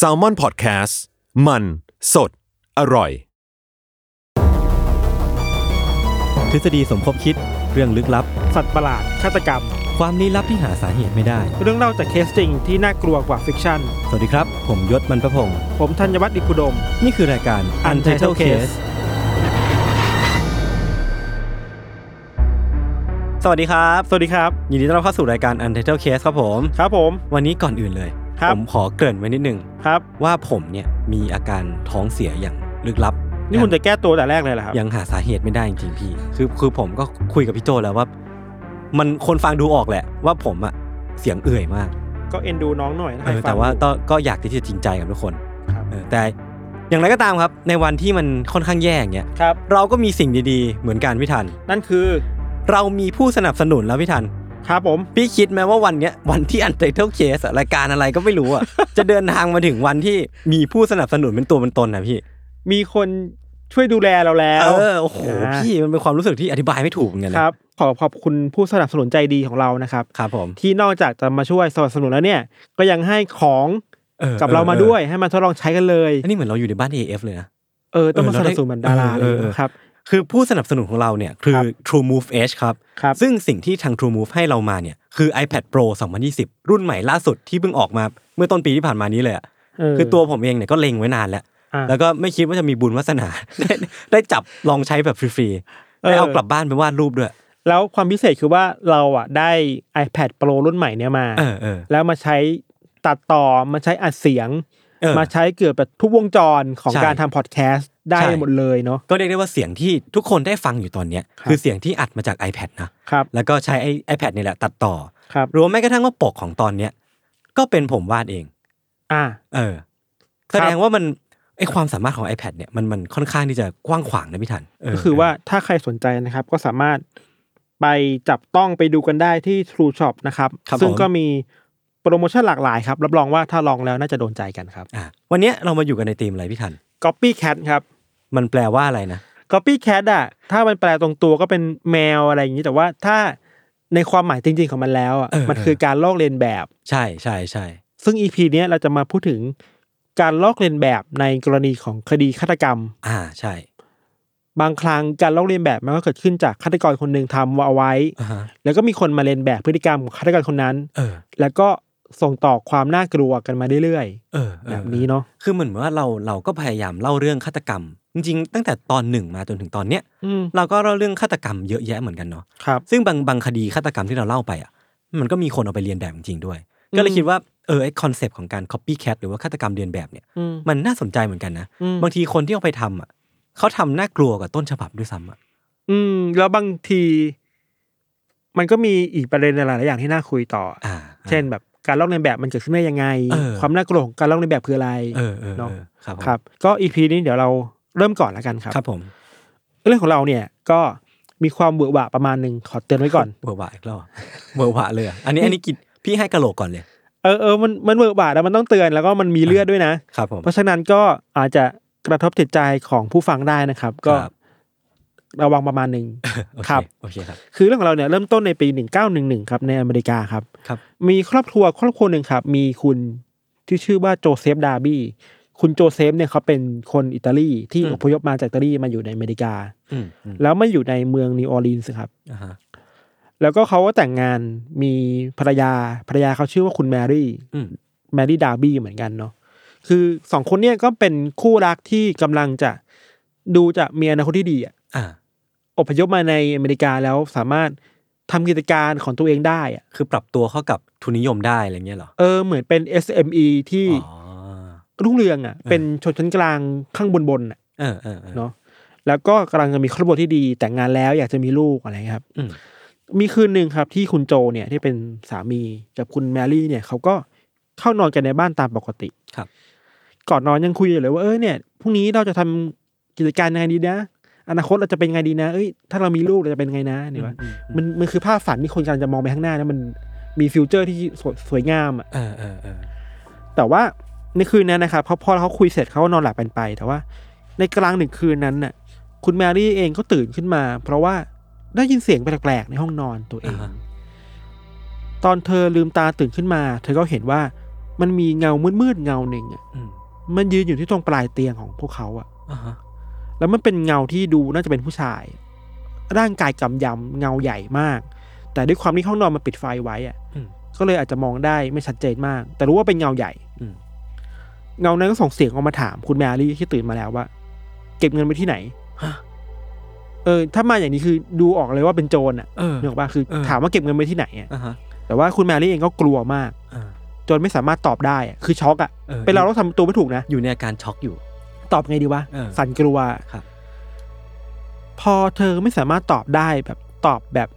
s a l m o n PODCAST มันสดอร่อย ทฤษฎีสมคบคิดเรื่องลึกลับ สัตว์ประหลาด ฆาตกรรม ความลี้ลับที่หาสาเหตุไม่ได้ เรื่องเล่าจากเคสจริงที่น่ากลัวกว่าฟิกชั่น สวัสดีครับ ผมยศมันประพงศ์ ผมธัญวัฒน์อิพุดม นี่คือรายการ Untitled Case สวัสดีครับ สวัสดีครับ ยินดีต้อนรับเข้าสู่รายการ Untitled Case ครับผม ครับผม วันนี้ก่อนอื่นเลย ครับ ผมขอเกริ่นไว้นิดนึง ครับ ว่าผมเนี่ยมีอาการท้องเสียอย่างลึกลับ นี่คุณจะแก้ตัวแต่แรกเลยเหรอครับ ยังหาสาเหตุไม่ได้จริงๆพี่ คือคือผมก็คุยกับพี่โจแล้วว่า มันคนฟังดูออกแหละ ว่าผมอะเสียงเอื่อยมาก ก็เอ็นดูน้องหน่อยนะ เออ ให้ฟัง แต่ว่า ดู ก็ก็อยากที่จะจริงใจกับทุกคน ครับ เออแต่อย่างไรก็ตามครับ ในวันที่มันค่อนข้างแย่อย่างเงี้ย ครับ เราก็มีสิ่งดีๆ เหมือนกันพี่ทัน นั่นคือ เรามีผู้สนับสนุนแล้วพี่ทัน ครับผม พี่คิดไหมว่าวันเนี้ยวันที่อันเ l อร์เคสรายการอะไรก็ไม่รู้ อ่ะ จะเดินทางมาถึงวันที่มีผู้สนับสนุนเป็นตัวเป็นตนนะพี่ มีคนช่วยดูแลเราแล้ว เออโอ้โห อ่า พี่มันเป็นความรู้สึกที่อธิบายไม่ถูกเหมือนกันนะครับ ขอขอบคุณผู้สนับสนุนใจดีของเรานะครับ ครับผม ที่นอกจากจะมาช่วยสนับสนุนแล้วเนี่ย ก็ยังให้ของ ออ กับเรามาด้วย ให้มาทดลองใช้กันเลย อันนี้เหมือนเราอยู่ในบ้าน AF เลยนะ เออ ต้องมา เออ ส เราได้ นับสนุนเหมือนดาราเล เอย อเออ ครับ คือผู้สนับสนุนของเราเนี่ยคือ ครับ True Move Edge ครับ ครับ ซึ่งสิ่งที่ทาง True Move ให้เรามาเนี่ยคือ iPad Pro 2020 รุ่นใหม่ล่าสุดที่เพิ่งออกมาเมื่อต้นปีที่ผ่านมานี้เลยอะ เออ คือตัวผมเองเนี่ยก็เล็งไว้นานแล้ว อ่ะ แล้วก็ไม่คิดว่าจะมีบุญวาส นา ได้ได้จับลองใช้แบบฟรีๆ เออ ได้เอากลับบ้านไปวาดรูปด้วย แล้วความพิเศษคือว่าเราอ่ะได้ iPad Pro รุ่นใหม่เนี่ยมา เออเออ แล้วมาใช้ตัดต่อมาใช้อัดเสียง เออ มาใช้เกือบแบบทุกวงจรของ ใช่ การทำพอดแคสต์ได้ ใช่ หมดเลยเนาะ ก็เรียกได้ว่าเสียงที่ทุกคนได้ฟังอยู่ตอนเนี้ย ครับ คือเสียงที่อัดมาจาก iPad นะครับแล้วก็ใช้ไอ้ iPad นี่แหละตัดต่อ ครับ รวมแม้กระทั่งว่าปกของตอนเนี้ยก็เป็นผมวาดเอง อ่า เออ ครั แส บ ดงว่ามันไอความสามารถของ iPad เนี่ยมันมันค่อนข้างที่จะกว้างขวางนะพี่ทันเ ก็คือว่าถ้าใครสนใจนะครับก็สามารถไปจับต้องไปดูกันได้ที่ True Shop นะครับ ครับ ซึ่ง ผม ก็มีโปรโมชั่นหลากหลายครับ รับรองว่าถ้าลองแล้วน่าจะโดนใจกันครับ อ่ะวันเนี้ยเรามาอยู่กันในธีมอะไรพี่ทัน Copycat ครับ มันแปลว่าอะไรนะ Copycat อ่ะถ้ามันแปลตรงตัวก็เป็นแมวอะไรอย่างนี้แต่ว่าถ้าในความหมายจริง ๆของมันแล้วอ่ะ เออ มันคือการลอกเลียนแบบ ใช่ใช่ใช่ ซึ่ง EP เนี้ยเราจะมาพูดถึงการลอกเลียนแบบในกรณีของคดีฆาตกรรม อ่าใช่ บางครั้งการลอกเลียนแบบมันก็เกิดขึ้นจากฆาตกรคนหนึ่งทำเอาไว้ อ่าฮะ แล้วก็มีคนมาเลียนแบบพฤติกรรมของฆาตกรคนนั้น เออ แล้วก็ส่งต่อความน่ากลัวกันมาเรื่อย เออ ๆ เออ แบบนี้เนาะ คือเหมือนว่าเราเราก็พยายามเล่าเรื่องฆาตกรรม จริงๆ ตั้งแต่ตอนหนึ่งมาจนถึงตอนเนี้ย อืม เราก็เล่าเรื่องฆาตกรรมเยอะแยะเหมือนกันเนาะ ครับ ซึ่งบางบางคดีฆาตกรรมที่เราเล่าไปอ่ะมันก็มีคนเอาไปเรียนแบบจริงๆด้วย ก็เลยคิดว่าเออไอคอนเซปต์ของการ copycat หรือว่าฆาตกรรมเรียนแบบเนี่ย อืม มันน่าสนใจเหมือนกันนะ อืม บางทีคนที่เอาไปทำอ่ะเขาทำน่ากลัวกว่าต้นฉบับด้วยซ้ำอ่ะ อืมแล้วบางที มันก็มีอีกประเด็นหลายๆอย่างที่น่าคุยต่ออ อ่า เช่นแบบการลอกเลียนแบบมันเกิดขึ้นได้ยังไง เออ ความน่ากลัวของการลอกเลียนแบบคืออะไร เออเออ เนอะ เออครับผม ครับ ก็อีพีนี้เดี๋ยวเราเริ่มก่อนแล้วกันครับ ครับผม เรื่องของเราเนี่ยก็มีความเบื่อหวะประมาณหนึ่งขอเตือนไว้ก่อน เบอร์วะอีก แล้วอะเบอร์วะเลยอะอันนี้อันนี้กินพี่ให้กะโหลกก่อนเลย เออเออมันมันเบื่อหวะแล้วมันต้องเตือนแล้วก็มันมีเลือดด้วยนะ ครับผม เพราะฉะนั้นก็อาจจะกระทบจิตใจของผู้ฟังได้นะครับ ก็ ครับ ระวังประมาณหนึ่ง โอเค ครับ โอเคครับ คือเรื่องของเราเนี่ยเริ่มต้นในปี 1911 ครับในอเมริกาครับ ครับ มีครอบครัวครอบครัวหนึ่งครับ มีคุณที่ชื่อว่าโจเซฟดาร์บี้คุณโจเซฟเนี่ยเขาเป็นคนอิตาลีที่ อืม อพยพมาจากอิตาลีมาอยู่ในอเมริกา อืมอืม แล้วมาอยู่ในเมืองนิวออร์ลีนส์ครับ อ่าฮะ แล้วก็เขาก็แต่งงานมีภรรยาภรรยาเขาชื่อว่าคุณแมรี่ อืม แมรี่ดาร์บี้เหมือนกันเนาะคือสองคนเนี่ยก็เป็นคู่รักที่กำลังจะดูจะมีอนาคตที่ดีอะ อ่า อพยพมาในอเมริกาแล้วสามารถทำกิจการของตัวเองได้อะ คือปรับตัวเข้ากับทุนนิยมได้อะไรเงี้ยเหรอ เออ เหมือนเป็น SME ที่ อ๋อ รุ่งเรืองอะเป็นชนชั้นกลางข้างบนบนๆอะ เออเออเออ เนาะแล้วก็กำลังจะมีครอบครัวที่ดี แต่งงานแล้วอยากจะมีลูกอะไรครับ อืม มีคืนหนึ่งครับที่คุณโจเนี่ยที่เป็นสามีกับคุณแมรี่เนี่ยเขาก็เข้านอนกันในบ้านตามปกติ ครับ ก่อนนอนยังคุยอยู่เลยว่าเออเนี่ยพรุ่งนี้เราจะทำกิจการยังไงดีนะ อนาคตเราจะเป็นไงดีนะเอ้ยถ้าเรามีลูกเราจะเป็นไงนะเนี่ยว่า อืมอืม มันมันคือภาพฝันที่คนกำลังจะมองไปข้างหน้านะมันมีฟิวเจอร์ที่สวยสวยงามอะ เออเออเออ แต่ว่าในคืนนั้นนะครับพอพอเขาคุยเสร็จเขาก็นอนหลับกันไป แต่ว่า ในกลางหนึ่งคืนนั้นน่ะ คุณแมรี่เองก็ตื่นขึ้นมา เพราะว่าได้ยินเสียงแปลกๆในห้องนอนตัวเอ อ่าง ฮะ ตอนเธอลืมตาตื่นขึ้นมา เธอก็เห็นว่า มันมีเงามืดๆเงาหนึ่งอ่ะ อืม มันยืนอยู่ที่ตรงปลายเตียงของพวกเขาอ่ะ อ่าฮะ แล้วมันเป็นเงาที่ดูน่าจะเป็นผู้ชาย ร่างกายกำยำเงาใหญ่มาก แต่ด้วยความที่ห้องนอนมันปิดไฟไว้อะ อืม ก็เลยอาจจะมองได้ไม่ชัดเจนมาก แต่รู้ว่าเป็นเงาใหญ่ อืม เงานั้นก็ส่งเสียงออกมาถามคุณแมรี่ที่ตื่นมาแล้วว่า เก็บเงินไว้ที่ไหน ฮะ เออ ถ้ามาอย่างนี้คือดูออกเลยว่าเป็นโจรอ่ะ เออ นึกออกปะคือ เออ ถามว่าเก็บเงินไว้ที่ไหนอะ อ่าฮะ แต่ว่าคุณแมรี่เองก็กลัวมาก อ่า จนไม่สามารถตอบได้อะคือช็อกอ่ะ ออ เป็นเราเราทำตัวไม่ถูกนะ อยู่ในอาการช็อกอยู่ ตอบไงดีวะ เออ สั่นกลัว ครับ พอเธอไม่สามารถตอบได้แบบตอบแบบ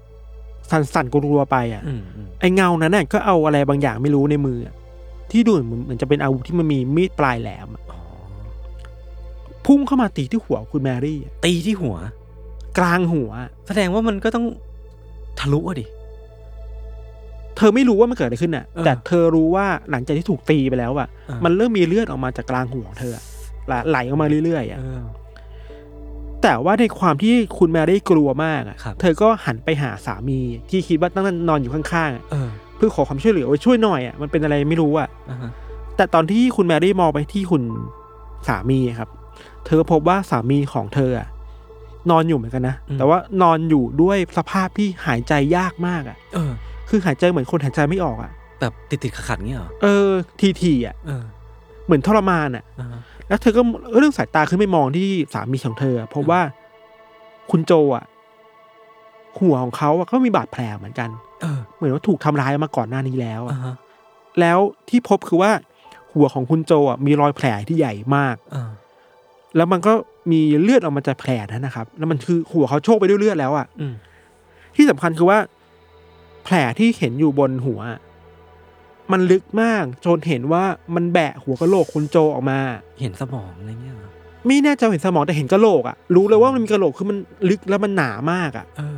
สั่นๆกลัวๆไปอ่ะ อืมอืม ไอเงานั้นน่ะก็เอาอะไรบางอย่างไม่รู้ในมืออะที่ดูเหมือนเหมือนจะเป็นอาวุธที่มันมีมีดปลายแหลมอะ อ๋อ พุ่งเข้ามาตีที่หัวคุณแมรี่อะ ตีที่หัว กลางหัวอะ แสดงว่ามันก็ต้องทะลุอะดิ เธอไม่รู้ว่ามันเกิดอะไรขึ้นอ่ะ เออ แต่เธอรู้ว่าหลังจากที่ถูกตีไปแล้วอ่ะ อ่า มันเริ่มมีเลือดออกมาจากกลางหัวของเธออะไหลไหลออกมาเรื่อยๆอ่ะ เออ แต่ว่าในความที่คุณแมรี่กลัวมากอะ ครับ เธอก็หันไปหาสามีที่คิดว่านั่งนอนอยู่ข้างๆอะ เออ เพื่อขอความช่วยเหลือว่าช่วยหน่อยอ่ะมันเป็นอะไรไม่รู้อ่ะ อ่าฮะ แต่ตอนที่คุณแมรี่มองไปที่คุณสามีครับ เธอพบว่าสามีของเธออะนอนอยู่เหมือนกันนะ แต่ว่านอนอยู่ด้วยสภาพที่หายใจยากมากอ่ะ เออ คือหายใจเหมือนคนหายใจไม่ออกอ่ะ แบบติดติดๆขัดๆเงี้ยเหรอ เออ ทีทีๆอ่ะ เออ เหมือนทรมานอ่ะ อ่าฮะ แล้วเธอก็เรื่องสายตาขึ้นไปมองที่สามีของเธออะเพราะว่าคุณโจอ่ะ หัวของเขาอะก็มีบาดแผลเหมือนกัน เออ เหมือนว่าถูกทำร้ายมาก่อนหน้านี้แล้ว อ่า อะ ฮะ แล้วที่พบคือว่า หัวของคุณโจอ่ะมีรอยแผลที่ใหญ่มาก อ่า แล้วมันก็มีเลือดออกมาจากแผลนั้นนะครับ แล้วมันคือหัวเขาโชกไปด้วยเลือดแล้วอ่ะ อืม ที่สำคัญคือว่า แผลที่เห็นอยู่บนหัวอะมันลึกมากจนเห็นว่ามันแบะหัวกะโหลกคุณโจออกมา เห็นสมองอะไรเงี้ยเหรอ ไม่แน่ใจว่าเห็นสมองแต่เห็นกะโหลกอะรู้เลยว่ามันมีกะโหลกคือมันลึกแล้วมันหนามากอะ เออ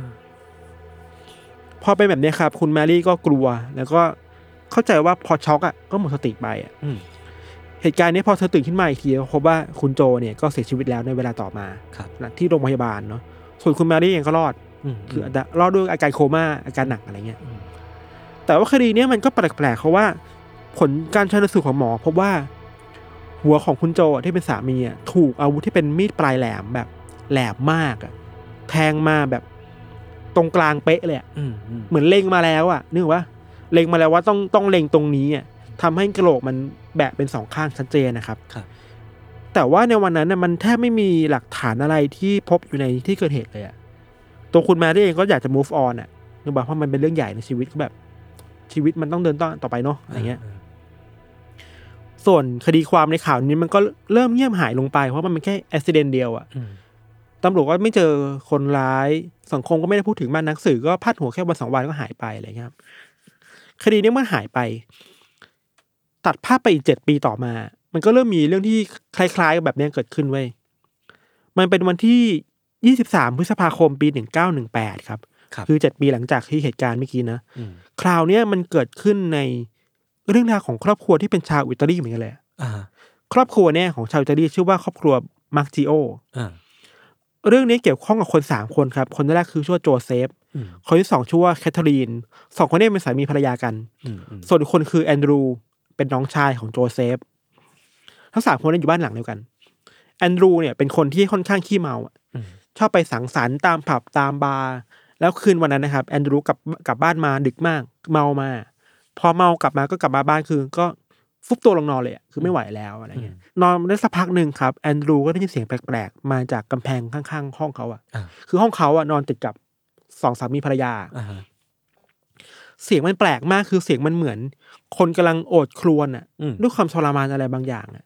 พอเป็นแบบเนี้ยครับ คุณแมรี่ก็กลัว แล้วก็เข้าใจว่าพอช็อกอะก็หมดสติไปอะ อืม เหตุการณ์นี้พอเธอตื่นขึ้นมาอีกทีก็พบว่าคุณโจเนี่ยก็เสียชีวิตแล้วในเวลาต่อมา ครับ นะที่โรงพยาบาลเนาะส่วนคุณแมรี่เองก็รอด อืม คืออาจจะรอดด้วยอาการโคม่าอาการหนักอะไรเงี้ย อืม แต่ว่าคดีเนี้ยมันก็แปลกๆเพราะว่า ผลการชันสูตรของหมอพบว่า หัวของคุณโจอะที่เป็นสามีอะถูกอาวุธที่เป็นมีดปลายแหลมแบบแหลมมากอะแทงมาแบบตรงกลางเป๊ะเลยอะ อืมอืม เหมือนเล็งมาแล้วอะนึกว่าเล็งมาแล้วว่าต้องต้องเล็งตรงนี้อะทำให้กระโหลกมันแบะเป็นสองข้างชัดเจนนะครับ ครับ แต่ว่าในวันนั้นน่ะมันแทบไม่มีหลักฐานอะไรที่พบอยู่ในที่เกิดเหตุเลยอะตัวคุณแมรี่เองก็อยากจะ move on อะนึกว่าเพราะมันเป็นเรื่องใหญ่ในชีวิตก็แบบ ชีวิตมันต้องเดินต่อต่อไปเนาะอะไรเงี้ย ส่วนคดีความในข่าวนี้มันก็เริ่มเงียบหายลงไปเพราะมันเป็นแค่อุบิเหตุเดียวอะ อืม ตำรวจก็ไม่เจอคนร้ายสังคมก็ไม่ได้พูดถึงมันหนักสื่อก็พาดหัวแค่วันสองวันก็หายไปอะไรเงี้ยครับคดีนี้มันหายไป ตัดภาพไปอีกเจ็ดปีต่อมา มันก็เริ่มมีเรื่องที่คล้ายๆกับแบบเนี้ยเกิดขึ้นเว้ย มันเป็นวันที่ 23 พฤษภาคมปี 1918 ครับ ครับ คือ 7 ปีหลังจากที่เหตุการณ์เมื่อกี้นะ ม คราวเนี้ยมันเกิดขึ้นในเรื่องราวของครอบครัวที่เป็นชาวอิตาลีเหมือนกันเลย อ่า ครอบครัวเนี่ยของชาวอิตาลีชื่อว่าครอบครัวมาร์กจิโอ อ่า เรื่องนี้เกี่ยวข้องกับคนสามคนครับ คนแรกคือชื่อว่าโจเซฟ อืม คนที่สองชื่อว่าแคทเธอรีน สองคนเนี้เป็นสามีภรรยากัน อืมอืม ส่วนอีกคนคือแอนดรู เป็นน้องชายของโจเซฟ ทั้งสามคนเนี้อยู่บ้านหลังเดียวกัน แอนดรูเนี่ยเป็นคนที่ค่อนข้างขี้เมาอะ อืม ชอบไปสังสรรค์ตามผับตามบาร์ แล้วคืนวันนั้นนะครับแอนดรูกลับกลับบ้านมาดึกมาก เมามา พอเมากลับมาก็กลับมาบ้านคือก็ฟุบตัวลงนอนเลยอะคือไม่ไหวแล้วอะไรเงี้ย นอนได้สักพักหนึ่งครับแอนดรูก็ได้ยินเสียงแปลกๆ มาจากกำแพงข้างๆ ห้องเขาอะ อ่า คือห้องเขาอะนอนติดกับสองสามีภรรยา อ่าฮะ เสียงมันแปลกมากคือเสียงมันเหมือน คนกำลังโอดครวญอะ อืม ด้วยความทรมานอะไรบางอย่างอะ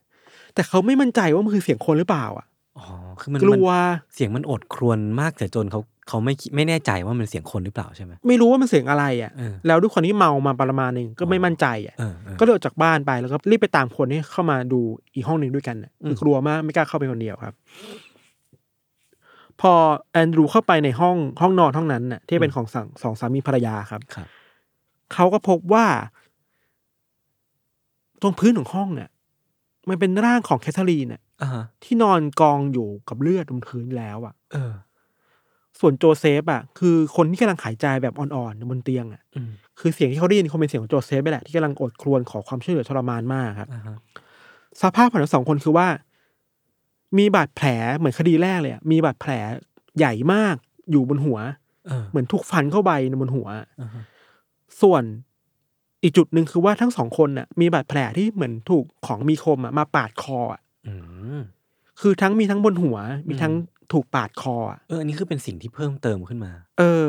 แต่เขาไม่มั่นใจว่ามันคือเสียงคนหรือเปล่าอะ อ๋อคือมัน กลัว มันเสียงมันอดครวญมากเสียจนเขาเขาไม่คิดไม่แน่ใจว่ามันเสียงคนหรือเปล่าใช่ไหม ไม่รู้ว่ามันเสียงอะไรอะ เออ แล้วด้วยความที่เมามาประมาณหนึ่งก็ไม่มั่นใจอะ เออเออ ก็เลยออกจากบ้านไปแล้วก็รีบไปตามคนให้เข้ามาดูอีกห้องหนึ่งด้วยกันน่ะ อืม คือกลัวมากไม่กล้าเข้าไปคนเดียวครับ พอแอนดรูเข้าไปในห้องห้องนอนห้องนั้นน่ะที่เป็นของสองสองสามีภรรยาครับ ครับ เขาก็พบว่า ตรงพื้นของห้องเนี่ยมันเป็นร่างของแคทเธอรีนน่ะ อ่าฮะ ที่นอนกองอยู่กับเลือดบนพื้นแล้วอะ เออ ส่วนโจเซฟอ่ะคือคนที่กำลังหายใจแบบอ่อนๆบนเตียงอ่ะ อืม คือเสียงที่เขาได้ยินคงเป็นเสียงของโจเซฟไปแหละที่กำลังอดครวญขอความช่วยเหลือทรมานมากครับ อ่าฮะ สภาพของทั้งสองคนคือว่า มีบาดแผลเหมือนคดีแรกเลยอะมีบาดแผลใหญ่มากอยู่บนหัว เออ เหมือนถูกฟันเข้าไปบนหัว อ่าฮะ ส่วนอีกจุดหนึ่งคือว่าทั้งสองคนน่ะ มีบาดแผลที่เหมือนถูกของมีคมอะมาปาดคออะ อืม คือทั้งมีทั้งบนหัว มีทั้งถูกปาดคออะ เอออันนี้คือเป็นสิ่งที่เพิ่มเติมขึ้นมา เออ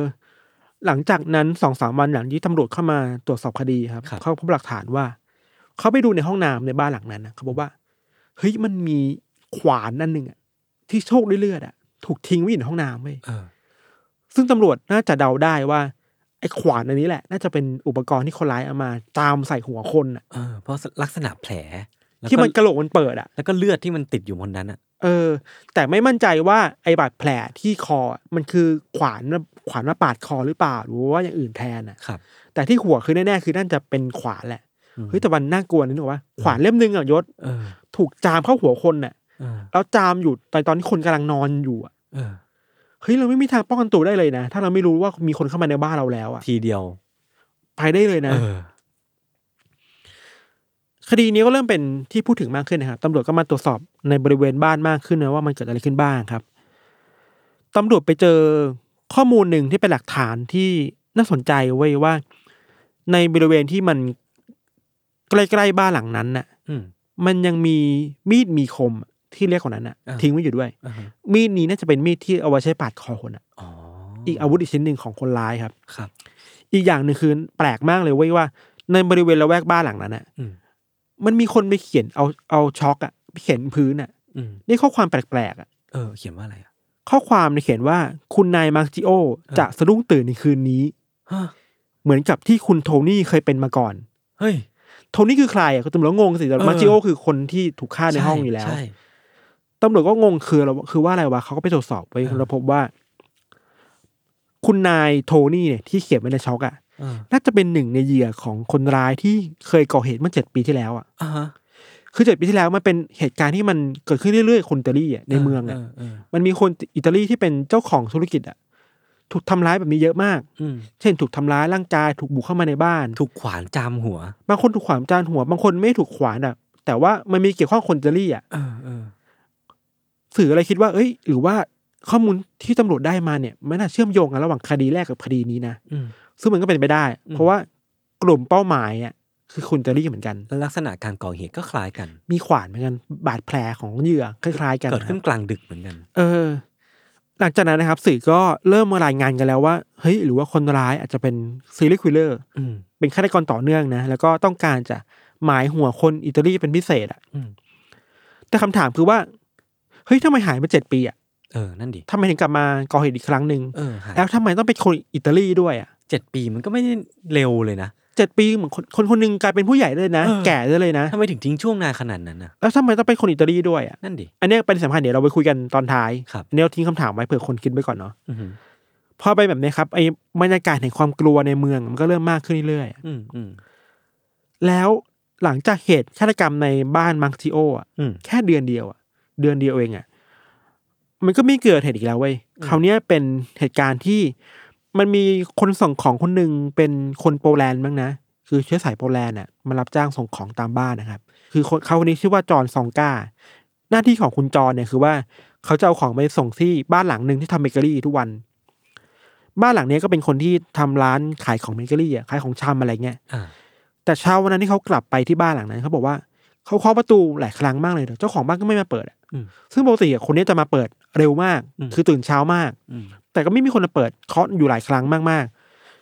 หลังจากนั้นสองสามวันหลังที่ตำรวจเข้ามาตรวจสอบคดีครับ ครับ เขาพบหลักฐานว่าเขาไปดูในห้องน้ำในบ้านหลังนั้นนะเขาบอกว่าเฮ้ยมันมีขวานนั่นหนึ่งอะที่โชคด้วยเลือดอะถูกทิ้งไว้อยู่ในห้องน้ำเว้ย เออ ซึ่งตำรวจน่าจะเดาได้ว่าไอ้ขวานอันนี้แหละ น่าจะเป็นอุปกรณ์ที่คนร้ายเอามาจามใส่หัวคนน่ะ เออเพราะลักษณะแผลแล้ว ที่มัน ก็ กระโหลกมันเปิดอ่ะ แล้วก็เลือดที่มันติดอยู่บนนั้นอ่ะ เออ แต่ไม่มั่นใจว่าไอ้บาดแผลที่คออ่ะมันคือขวานมาขวานมาปาดคอหรือเปล่าหรือว่าอย่างอื่นแทนอ่ะ ครับ แต่ที่หัวคือแน่ๆคือน่าจะเป็นขวานแหละ อืม เฮ้ยแต่วันน่ากลัวนิดนึงว่าขวานเล่มหนึงอ่ะยศ เออ ถูกจามเข้าหัวคนน่ะ เออ แล้วจามอยู่ตอนตอนที่คนกำลังนอนอยู่อ่ะ เออ เฮ้ยเราไม่มีทางป้องกันตัวได้เลยนะถ้าเราไม่รู้ว่ามีคนเข้ามาในบ้านเราแล้วอ่ะ ทีเดียว ไปได้เลยนะ เออ คดีนี้ก็เริ่มเป็นที่พูดถึงมากขึ้นนะครับตำรวจก็มาตรวจสอบในบริเวณบ้านมากขึ้นนะว่ามันเกิดอะไรขึ้นบ้างครับตำรวจไปเจอข้อมูลหนึ่งที่เป็นหลักฐานที่น่าสนใจไว้ยว่า ในบริเวณที่มันใกล้ๆบ้านหลังนั้นน่ะ อืม มันยังมีมีดมีคมที่เล็กกว่านั้นน่ะ อ่า ทิ้งไว้อยู่ด้วย อ่าฮะ มีดนี้น่าจะเป็นมีดที่เอาไว้ใช้ปาดคอคนอ่ะ อ๋อ อี อี กอาวุธอีกชิ้นหนึ่งของคนร้ายครับ ครับ อีกอย่างหนึ่งคือแปลกมากเลยเว้ยว่า ในบริเวณละแวกบ้านหลังนั้นน่ะ อืม มันมีคนไปเขียนเอาเอาช็อกอะไปเขียนพื้นอะ อืม นี่ข้อความแปลกๆอะ เออ เขียนว่าอะไรอ่ะ ข้อความเนี่ยเขียนว่าคุณนายมาร์จิโอ เออ จะสะดุ้งตื่นในคืนนี้ ฮะ เหมือนกับที่คุณโทนี่เคยเป็นมาก่อน เฮ้ย โทนี่คือใครอะคุณตำรวจก็งงสิแต่ เออ มาร์จิโอคือคนที่ถูกฆ่าในห้องอยู่แล้ว ใช่ ตำรวจก็งงคือเราคือว่าอะไรวะเขาก็ไปตรวจสอบไป เออ เราพบว่า คุณนายโทนี่เนี่ยที่เขียนไว้ในช็อกอะ เออ น่าจะเป็นหนึ่งในเหยื่อของคนร้ายที่เคยก่อเหตุเมื่อเจ็ดปีที่แล้วอะ อ่าฮะ คือเจ็ดปีที่แล้วมันเป็นเหตุการณ์ที่มันเกิดขึ้นเรื่อยๆคนอิตาลีอะในเมืองอะ เออ มันมีคนอิตาลีที่เป็นเจ้าของธุรกิจอะถูกทำร้ายแบบนี้เยอะมาก อืม เช่น ถูกทำร้ายร่างกายถูกบุกเข้ามาในบ้าน ถูกขวานจามหัว บางคนถูกขวานจานหัว บางคนไม่ถูกขวานอะแต่ว่ามันมีเกี่ยวข้องคนอิตาลีอะ เออเออ สื่ออะไรคิดว่า เอ้ย หรือว่าข้อมูลที่ตำรวจได้มาเนี่ยมันน่าเชื่อมโยงกันระหว่างคดีแรกกับคดีนี้นะ อืม ซึ่งมันก็เป็นไปได้ อืม เพราะว่ากลุ่มเป้าหมายอะคือคนอิตาลีเหมือนกัน แล้วลักษณะการก่อเหตุก็คล้ายกัน มีขวานเหมือนกันบาดแผลของเหยื่อคล้ายๆ กัน เกิด นะครับ ขึ้นกลางดึกเหมือนกัน เออ หลังจากนั้นนะครับ สื่อก็เริ่มมารายงานกันแล้วว่าเฮ้ยหรือว่าคนร้ายอาจจะเป็นซีรีส์คิลเลอร์ อืม เป็นฆาตกรต่อเนื่องนะ แล้วก็ต้องการจะหมายหัวคนอิตาลีเป็นพิเศษอะ อืม แต่คำถามคือว่าเฮ้ยทำไมหายมาเจ็ดปีอะ เออ นั่นดิ ทำไมถึงกลับมาก่อเหตุอีกครั้งหนึ่ง เออหาย แล้วทำไมต้องเป็นคนอิตาลีด้วยอะ เจ็ดปีมันก็ไม่ได้เร็วเลยนะ เจ็ดปีเหมือนคนคนคนหนึ่งกลายเป็นผู้ใหญ่เลยนะ เออ แก่ได้เลยนะ ทำไมถึงทิ้งช่วงนานขนาดนั้นน่ะ แล้วทำไมต้องเป็นคนอิตาลีด้วยอะ นั่นดิ อันเนี้ยเป็นสำคัญเดี๋ยวเราไปคุยกันตอนท้าย ครับ อันเนี้ยเราทิ้งคำถามไว้เผื่อคนคิดไว้ก่อนเนาะ อือหือ พอไปแบบนี้ครับไอ้บรรยากาศแห่งความกลัวในเมืองมันก็เริ่มมากขึ้นเรื่อย อืมอืม ๆ แล้วหลังจากเหตุฆาตกรรมในบ้านมังซิโออ่ะ อืม แค่เดือนเดียวอ่ะเดือนเดียวเองอ่ะมันก็ไม่เกิดเหตุอีกแล้วเว้ยคราวเนี้ยเป็นเหตุการณ์ที่มันมีคนส่งของคนหนึ่งเป็นคนโปแลนด์มั้งนะ คือเชื้อสายโปแลนด์อ่ะมารับจ้างส่งของตามบ้านนะครับ คือคนเขาคนนี้ชื่อว่าจอห์นซองกาหน้าที่ของคุณจอห์นเนี่ยคือว่าเขาจะเอาของไปส่งที่บ้านหลังหนึ่งที่ทำเบเกอรี่ทุกวัน บ้านหลังเนี้ยก็เป็นคนที่ทำร้านขายของเบเกอรี่อ่ะขายของชำอะไรเงี้ย อ่า แต่เช้าวันนั้นที่เขากลับไปที่บ้านหลังนั้นเขาบอกว่าเขาเคาะประตูหลายครั้งมากเลยแต่เจ้าของบ้านก็ไม่มาเปิดอะ อืม ซึ่งปกติอ่ะคนเนี้ยจะมาเปิดเร็วมาก อืม คือตื่นเช้ามาก อืม แต่ก็ไม่มีคนมาเปิดเคาะอยู่หลายครั้งมาก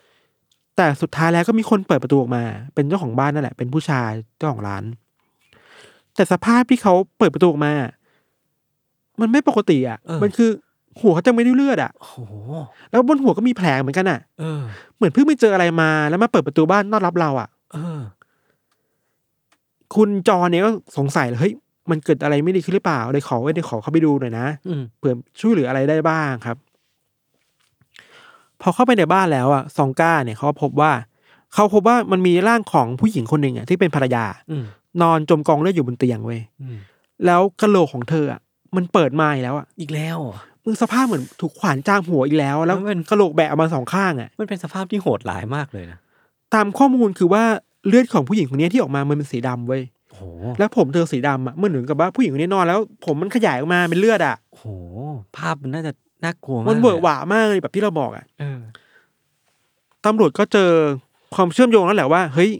ๆ แต่สุดท้ายแล้วก็มีคนเปิดประตูออกมา เป็นเจ้าของบ้านนั่นแหละเป็นผู้ชายเจ้าของร้าน แต่สภาพที่เขาเปิดประตูออกมา มันไม่ปกติอ่ะ เออ มันคือหัวเขาจะไม่ได้เลือดอ่ะ โอ้โห แล้วบนหัวก็มีแผลเหมือนกันอ่ะ เออ เหมือนเพิ่งไปเจออะไรมาแล้วมาเปิดประตูบ้านต้อนรับเราอ่ะ เออ คุณจอเนี่ยก็สงสัยเลยเฮ้ยมันเกิดอะไรไม่ดีขึ้นหรือเปล่าเลยขอเว้ยเดี๋ยวขอเข้าไปดูหน่อยนะ อืม เผื่อช่วยเหลืออะไรได้บ้างครับ พอเข้าไปในบ้านแล้วอ่ะซองก้าเนี่ยเขาก็พบว่า เขาพบว่ามันมีร่างของผู้หญิงคนหนึ่งอ่ะที่เป็นภรรยา อืม นอนจมกองเลือดอยู่บนเตียงเว้ย อืม แล้วกระโหลกของเธออ่ะมันเปิดมาอีกแล้วอ่ะ อีกแล้วเหรอ มึงสภาพเหมือนถูกขวานจามหัวอีกแล้ว แล้ว มันเป็น กระโหลกแบะออกมาสองข้างอ่ะ มันเป็นสภาพที่โหดร้ายมากเลยนะ ตามข้อมูลคือว่าเลือดของผู้หญิงคนเนี้ยที่ออกมามันเป็นสีดำเว้ย โอ้โห แล้วผมเธอสีดำอ่ะมันเหมือนกับว่าผู้หญิงคนนี้นอนแล้ว ผมมันขยายออกมาเป็นเลือดอ่ะ โอ้โห ภาพมันน่าจะน่ากลัวมาก มันเบอะลยวหามากเลยแบบที่เราบอกอ่ะ เออ ตำรวจก็เจอความเชื่อมโยงแล้วแหละว่า เฮ้ย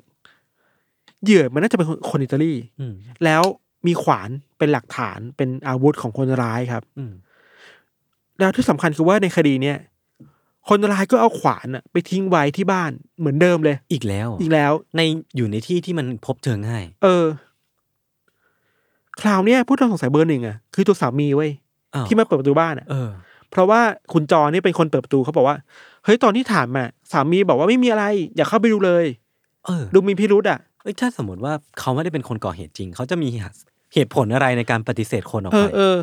เหยื่อมันน่าจะเป็นคนคนอิตาลี อืม แล้วมีขวานเป็นหลักฐานเป็นอาวุธของคนร้ายครับ อืม แล้วที่สำคัญคือว่าในคดีเนี้ยคนร้ายก็เอาขวานอะไปทิ้งไว้ที่บ้านเหมือนเดิมเลย อีกแล้วเหรอ อีกแล้ว ในอยู่ในที่ที่มันพบเจอง่าย เออ คราวเนี้ยผู้ต้องสงสัยเบอร์หนึ่งอะคือตัวสามีเว้ย อ้าว ที่มาเปิดประตูบ้านอะ เออ เพราะว่าคุณจอนี่เป็นคนเปิดประตูเขาบอกว่าเฮ้ยตอนที่ถามอะสามีบอกว่าไม่มีอะไร อย่าเข้าไปดูเลย เออ ดูมีพิรุษอะ เอ้ยถ้าสมมติว่าเขาไม่ได้เป็นคนก่อเหตุจริง เขาจะมีเหตุผลอะไรในการปฏิเสธคนออก เอ ไป อเออ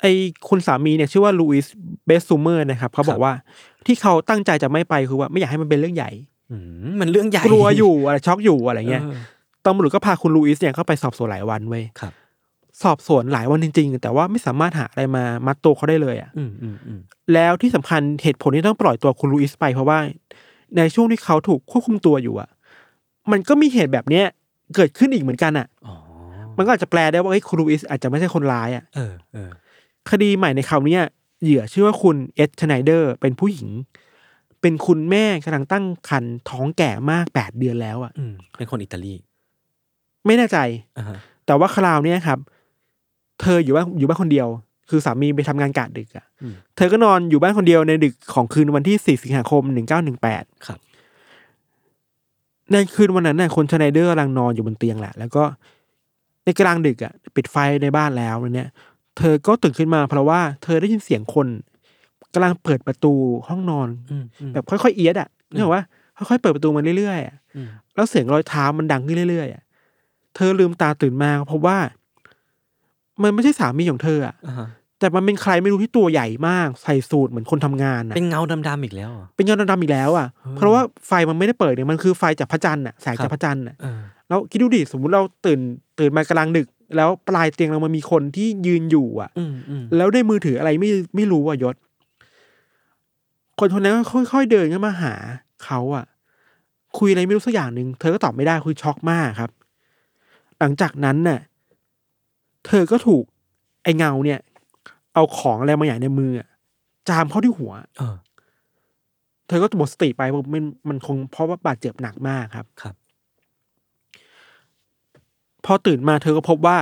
ไอคุณสามีเนี่ยชื่อว่าลูอิสเบสซูเมอร์นะครับเขาบคอรั ก บ ว่าที่เขาตั้งใจจะไม่ไปคือว่าไม่อยากให้มันเป็นเรื่องใหญ่ มมันเรื่องใหญ่ กลัวอยู่อะไรช็อกอยู่อะไร เงี้ยเงี้ยตำรวจก็พาคุณลูอิสเนี่ยเข้าไปสอบสวนหลายวันเว้ย ครับ สอบสวนหลายวันจริง ๆ แต่ว่าไม่สามารถหาอะไรมามัดตัวเขาได้เลยอะ่ะ อืมอืมอืม แล้วที่สำคัญเหตุผลที่ต้องปล่อยตัวคุณลูอิสไปเพราะว่า ในช่วงที่เขาถูกควบคุมตัวอยู่อะ่ะ มันก็มีเหตุแบบเนี้ยเกิดขึ้นอีกเหมือนกันอะ่ะ อ๋อ มันก็อาจจะแปลได้ว่าไอ้ยคุณลูอิสอาจจะไม่ใช่คนร้ายอ่ะ เออเออ คดีใหม่ในคราวเนี้ยเหยื่อชื่อว่าคุณเอสชไนเดอร์ เป็นผู้หญิง เป็นคุณแม่กำลังตั้งครรภ์ท้องแก่มากแปดเดือนแล้วอะ่ะ อืมเป็นคนอิตาลี ไม่แน่ใจ อ่าฮะ แต่ว่าคราวเนี้ยครับ เธออยู่บ้านอยู่บ้านคนเดียว คือสามีไปทำงานกะดึกอะ่ะ อืม เธอก็นอนอยู่บ้านคนเดียวในดึกของคืนวันที่ 4 สิงหาคม 1918 ครับ ในคืนวันนั้นน่ะคนชไนเดอร์กำลังนอนอยู่บนเตียงแหละ แล้วก็ในกลางดึกอะ่ะ ปิดไฟในบ้านแล้วเนี่ย เธอก็ตื่นขึ้นมาเพราะว่าเธอได้ยินเสียงคนกำลังเปิดประตูห้องนอน อืมอืม แบบค่อยๆเอียดอ่ะ อืม นึกออกว่าค่อยๆเปิดประตูมาเรื่อยๆอะ อืม แล้วเสียงรอยเท้ามันดังขึ้นเรื่อยๆอะเธอลืมตาตื่นมาเพราะว่า มันไม่ใช่สามีของเธออ่ะ อ่าฮะ แต่มันเป็นใครไม่รู้ที่ตัวใหญ่มาก ใส่สูทเหมือนคนทำงานอ่ะ เป็นเงาดำๆอีกแล้วเหรอ เป็นเงาดำๆอีกแล้วอ่ะ เออ เพราะว่าไฟมันไม่ได้เปิดเนี่ยมันคือไฟจากพระจันทร์อ่ะแสง ครั จาก บ พระจันทร์อ่ะ เออ แล้วคิดดูดิสมมุติเราตื่น ตื่นมากลางดึก แล้วปลายเตียงเรามันมีคนที่ยืนอยู่อ่ะ อืมอืม แล้วได้มือถืออะไรไม่ไม่รู้อ่ะยศ คนคนนั้นก็ค่อยๆเดินเข้ามาหาเขาอ่ะ คุยอะไรไม่รู้สักอย่างหนึ่งเธอก็ตอบไม่ได้คือช็อกมากครับ หลังจากนั้นน่ะ เธอก็ถูกไอ้เงาเนี่ย เอาของอะไรมาอย่างในมืออะจามเข้าที่หัว เออ เธอก็หมดสติไปเพราะมันมันคงเพราะว่าบาดเจ็บหนักมากครับ ครับ พอตื่นมาเธอก็พบว่า